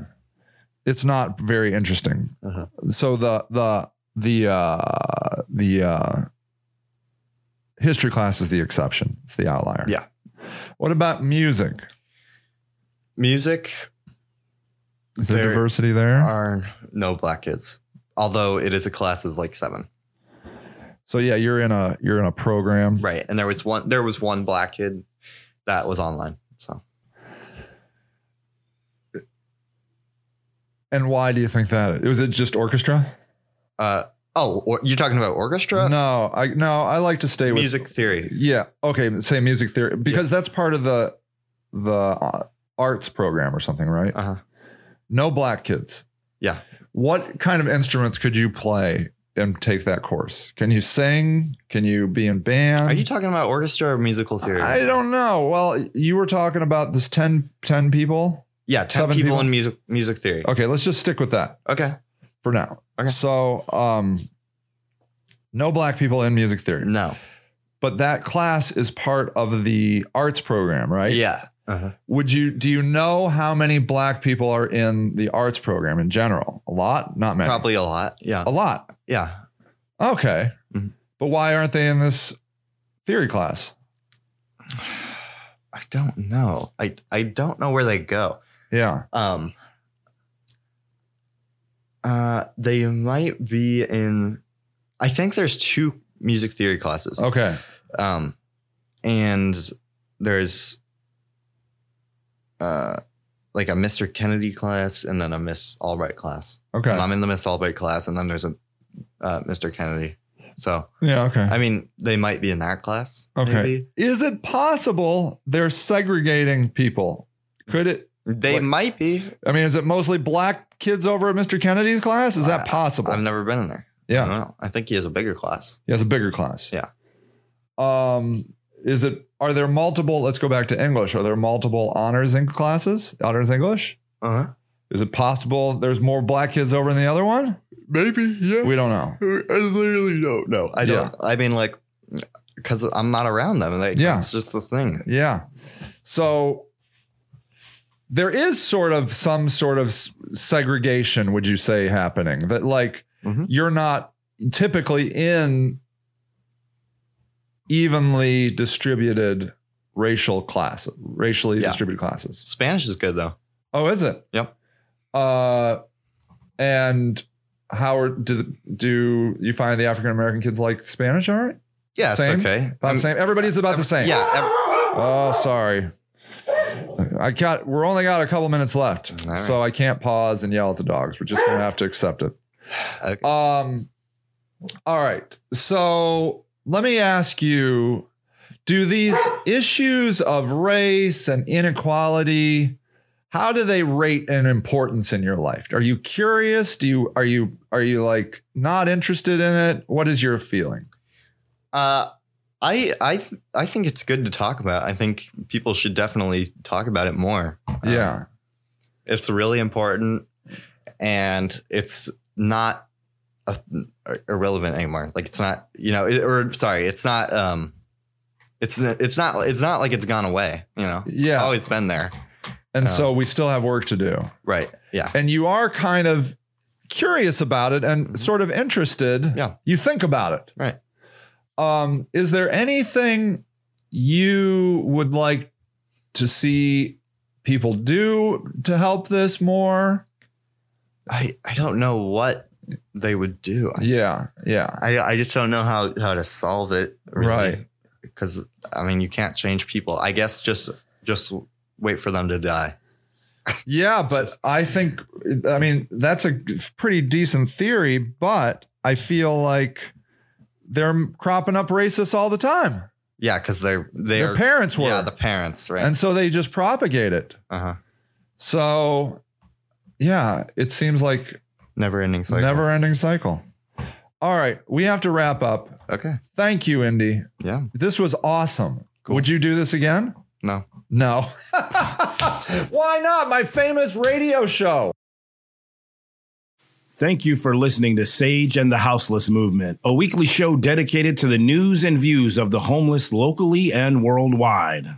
Speaker 4: it's not very interesting.
Speaker 5: Uh-huh.
Speaker 4: So the the the uh the uh history class is the exception. It's the outlier.
Speaker 5: Yeah.
Speaker 4: What about music?
Speaker 5: Music
Speaker 4: Is there,
Speaker 5: There
Speaker 4: diversity there?
Speaker 5: are no black kids, although it is a class of like seven.
Speaker 4: so yeah, you're in a you're in a program.
Speaker 5: Right. And there was one there was one black kid that was online. So
Speaker 4: And why do you think that? Was it just orchestra?
Speaker 5: uh oh or, you're talking about orchestra?
Speaker 4: No, I no, I like to stay with
Speaker 5: Music theory.
Speaker 4: Yeah. Okay. Say music theory because that's part of the the uh, arts program or something, right?
Speaker 5: Uh-huh.
Speaker 4: No black kids.
Speaker 5: Yeah.
Speaker 4: What kind of instruments could you play and take that course? Can you sing? Can you be in band?
Speaker 5: Are you talking about orchestra or musical theory?
Speaker 4: I don't know. Well, you were talking about this 10, 10 people.
Speaker 5: Yeah, ten
Speaker 4: Seven
Speaker 5: people,
Speaker 4: people?
Speaker 5: in music music theory.
Speaker 4: Okay, let's just stick with that
Speaker 5: Okay.
Speaker 4: for now.
Speaker 5: Okay.
Speaker 4: So, um, no black people in music theory,
Speaker 5: No.
Speaker 4: but that class is part of the arts program, right?
Speaker 5: Yeah. Uh-huh.
Speaker 4: Would you do you know how many black people are in the arts program in general? A lot, not many.
Speaker 5: Probably a lot. Oh. Yeah.
Speaker 4: a lot.
Speaker 5: Yeah.
Speaker 4: Okay,
Speaker 5: Mhm.
Speaker 4: but why aren't they in this theory class?
Speaker 5: I don't know. I I don't know where they go.
Speaker 4: Yeah,
Speaker 5: Um uh they might be in I think there's two music theory classes.
Speaker 4: okay.
Speaker 5: Um and there's uh like a Mr. Kennedy class and then a Miss Albright class.
Speaker 4: Okay.
Speaker 5: And I'm in the Miss Albright class and then there's a uh, Mr. Kennedy. So
Speaker 4: yeah, okay.
Speaker 5: I mean they might be in that class.
Speaker 4: Okay.
Speaker 5: Maybe.
Speaker 4: Is it possible they're segregating people? Could it
Speaker 5: They
Speaker 4: What-
Speaker 5: might be.
Speaker 4: I mean, is it mostly black kids over at Mr. Kennedy's class? Is that
Speaker 5: I-
Speaker 4: possible?
Speaker 5: I've never been in there. I
Speaker 4: yeah.
Speaker 5: don't know. I think he has a bigger class.
Speaker 4: He has a bigger class.
Speaker 5: Yeah.
Speaker 4: Um, is it are there multiple let's go back to English. Are there multiple honors in classes? Honors English?
Speaker 5: Uh huh.
Speaker 4: Is it possible there's more black kids over in the other one?
Speaker 5: Maybe. Yeah.
Speaker 4: We don't know.
Speaker 5: I literally don't know. I don't. I mean, like, because I'm not around them. Like,
Speaker 4: Yeah.
Speaker 5: It's just the thing.
Speaker 4: Yeah. So there is sort of some sort of s- segregation, would you say, happening that like
Speaker 5: Mhm.
Speaker 4: you're not typically in evenly distributed racial class, racially
Speaker 5: Yeah.
Speaker 4: distributed classes.
Speaker 5: Spanish is good though.
Speaker 4: Oh, is it?
Speaker 5: Yep.
Speaker 4: Uh, and Howard, do, do you find the African American kids like Spanish? All right.
Speaker 5: Yeah, it's
Speaker 4: Same?
Speaker 5: okay.
Speaker 4: About
Speaker 5: I'm-
Speaker 4: the same. Everybody's about the same.
Speaker 5: Um, Yeah. ev-
Speaker 4: Oh, sorry. I got. We're only got a couple minutes left,
Speaker 5: All right.
Speaker 4: so I can't pause and yell at the dogs. We're just gonna have to accept it.
Speaker 5: okay.
Speaker 4: Um. All right. So let me ask you: Do these issues of race and inequality? How do they rate in importance in your life? Are you curious? Do you are you are you like not interested in it? What is your feeling?
Speaker 5: Uh, I I th- I think it's good to talk about. I think people should definitely talk about it more. Um,
Speaker 4: yeah.
Speaker 5: it's really important, and it's not uh, irrelevant anymore. Like it's not, you know, it, or sorry, it's not. Um, it's it's not it's not like it's gone away. You know,
Speaker 4: Yeah.
Speaker 5: it's always been there.
Speaker 4: and
Speaker 5: um,
Speaker 4: so we still have work to do.
Speaker 5: Right. Yeah.
Speaker 4: and you are kind of curious about it and
Speaker 5: Mhm.
Speaker 4: sort of interested,
Speaker 5: Yeah.
Speaker 4: you think about it.
Speaker 5: Right.
Speaker 4: Um, is there anything you would like to see people do to help this more?
Speaker 5: I I don't know what they would do. I
Speaker 4: Yeah, yeah.
Speaker 5: I, I just don't know how how to solve it.
Speaker 4: Right.
Speaker 5: Because I mean, you can't change people. I guess just just wait for them to die.
Speaker 4: Yeah, but I think I mean that's a pretty decent theory, but I feel like they're cropping up racists all the time.
Speaker 5: Yeah, because they're
Speaker 4: Their
Speaker 5: they're
Speaker 4: parents were.
Speaker 5: yeah the parents right.
Speaker 4: and so they just propagate it.
Speaker 5: uh huh.
Speaker 4: So, yeah, it seems like
Speaker 5: Never ending cycle.
Speaker 4: never ending cycle. All right, we have to wrap up.
Speaker 5: Okay.
Speaker 4: Thank you, Indy.
Speaker 5: Yeah.
Speaker 4: This was awesome.
Speaker 5: Cool.
Speaker 4: Would you do this again?
Speaker 5: No.
Speaker 4: No. Why not? My famous radio show.
Speaker 2: Thank you for listening to Sage and the Houseless Movement, a weekly show dedicated to the news and views of the homeless locally and worldwide.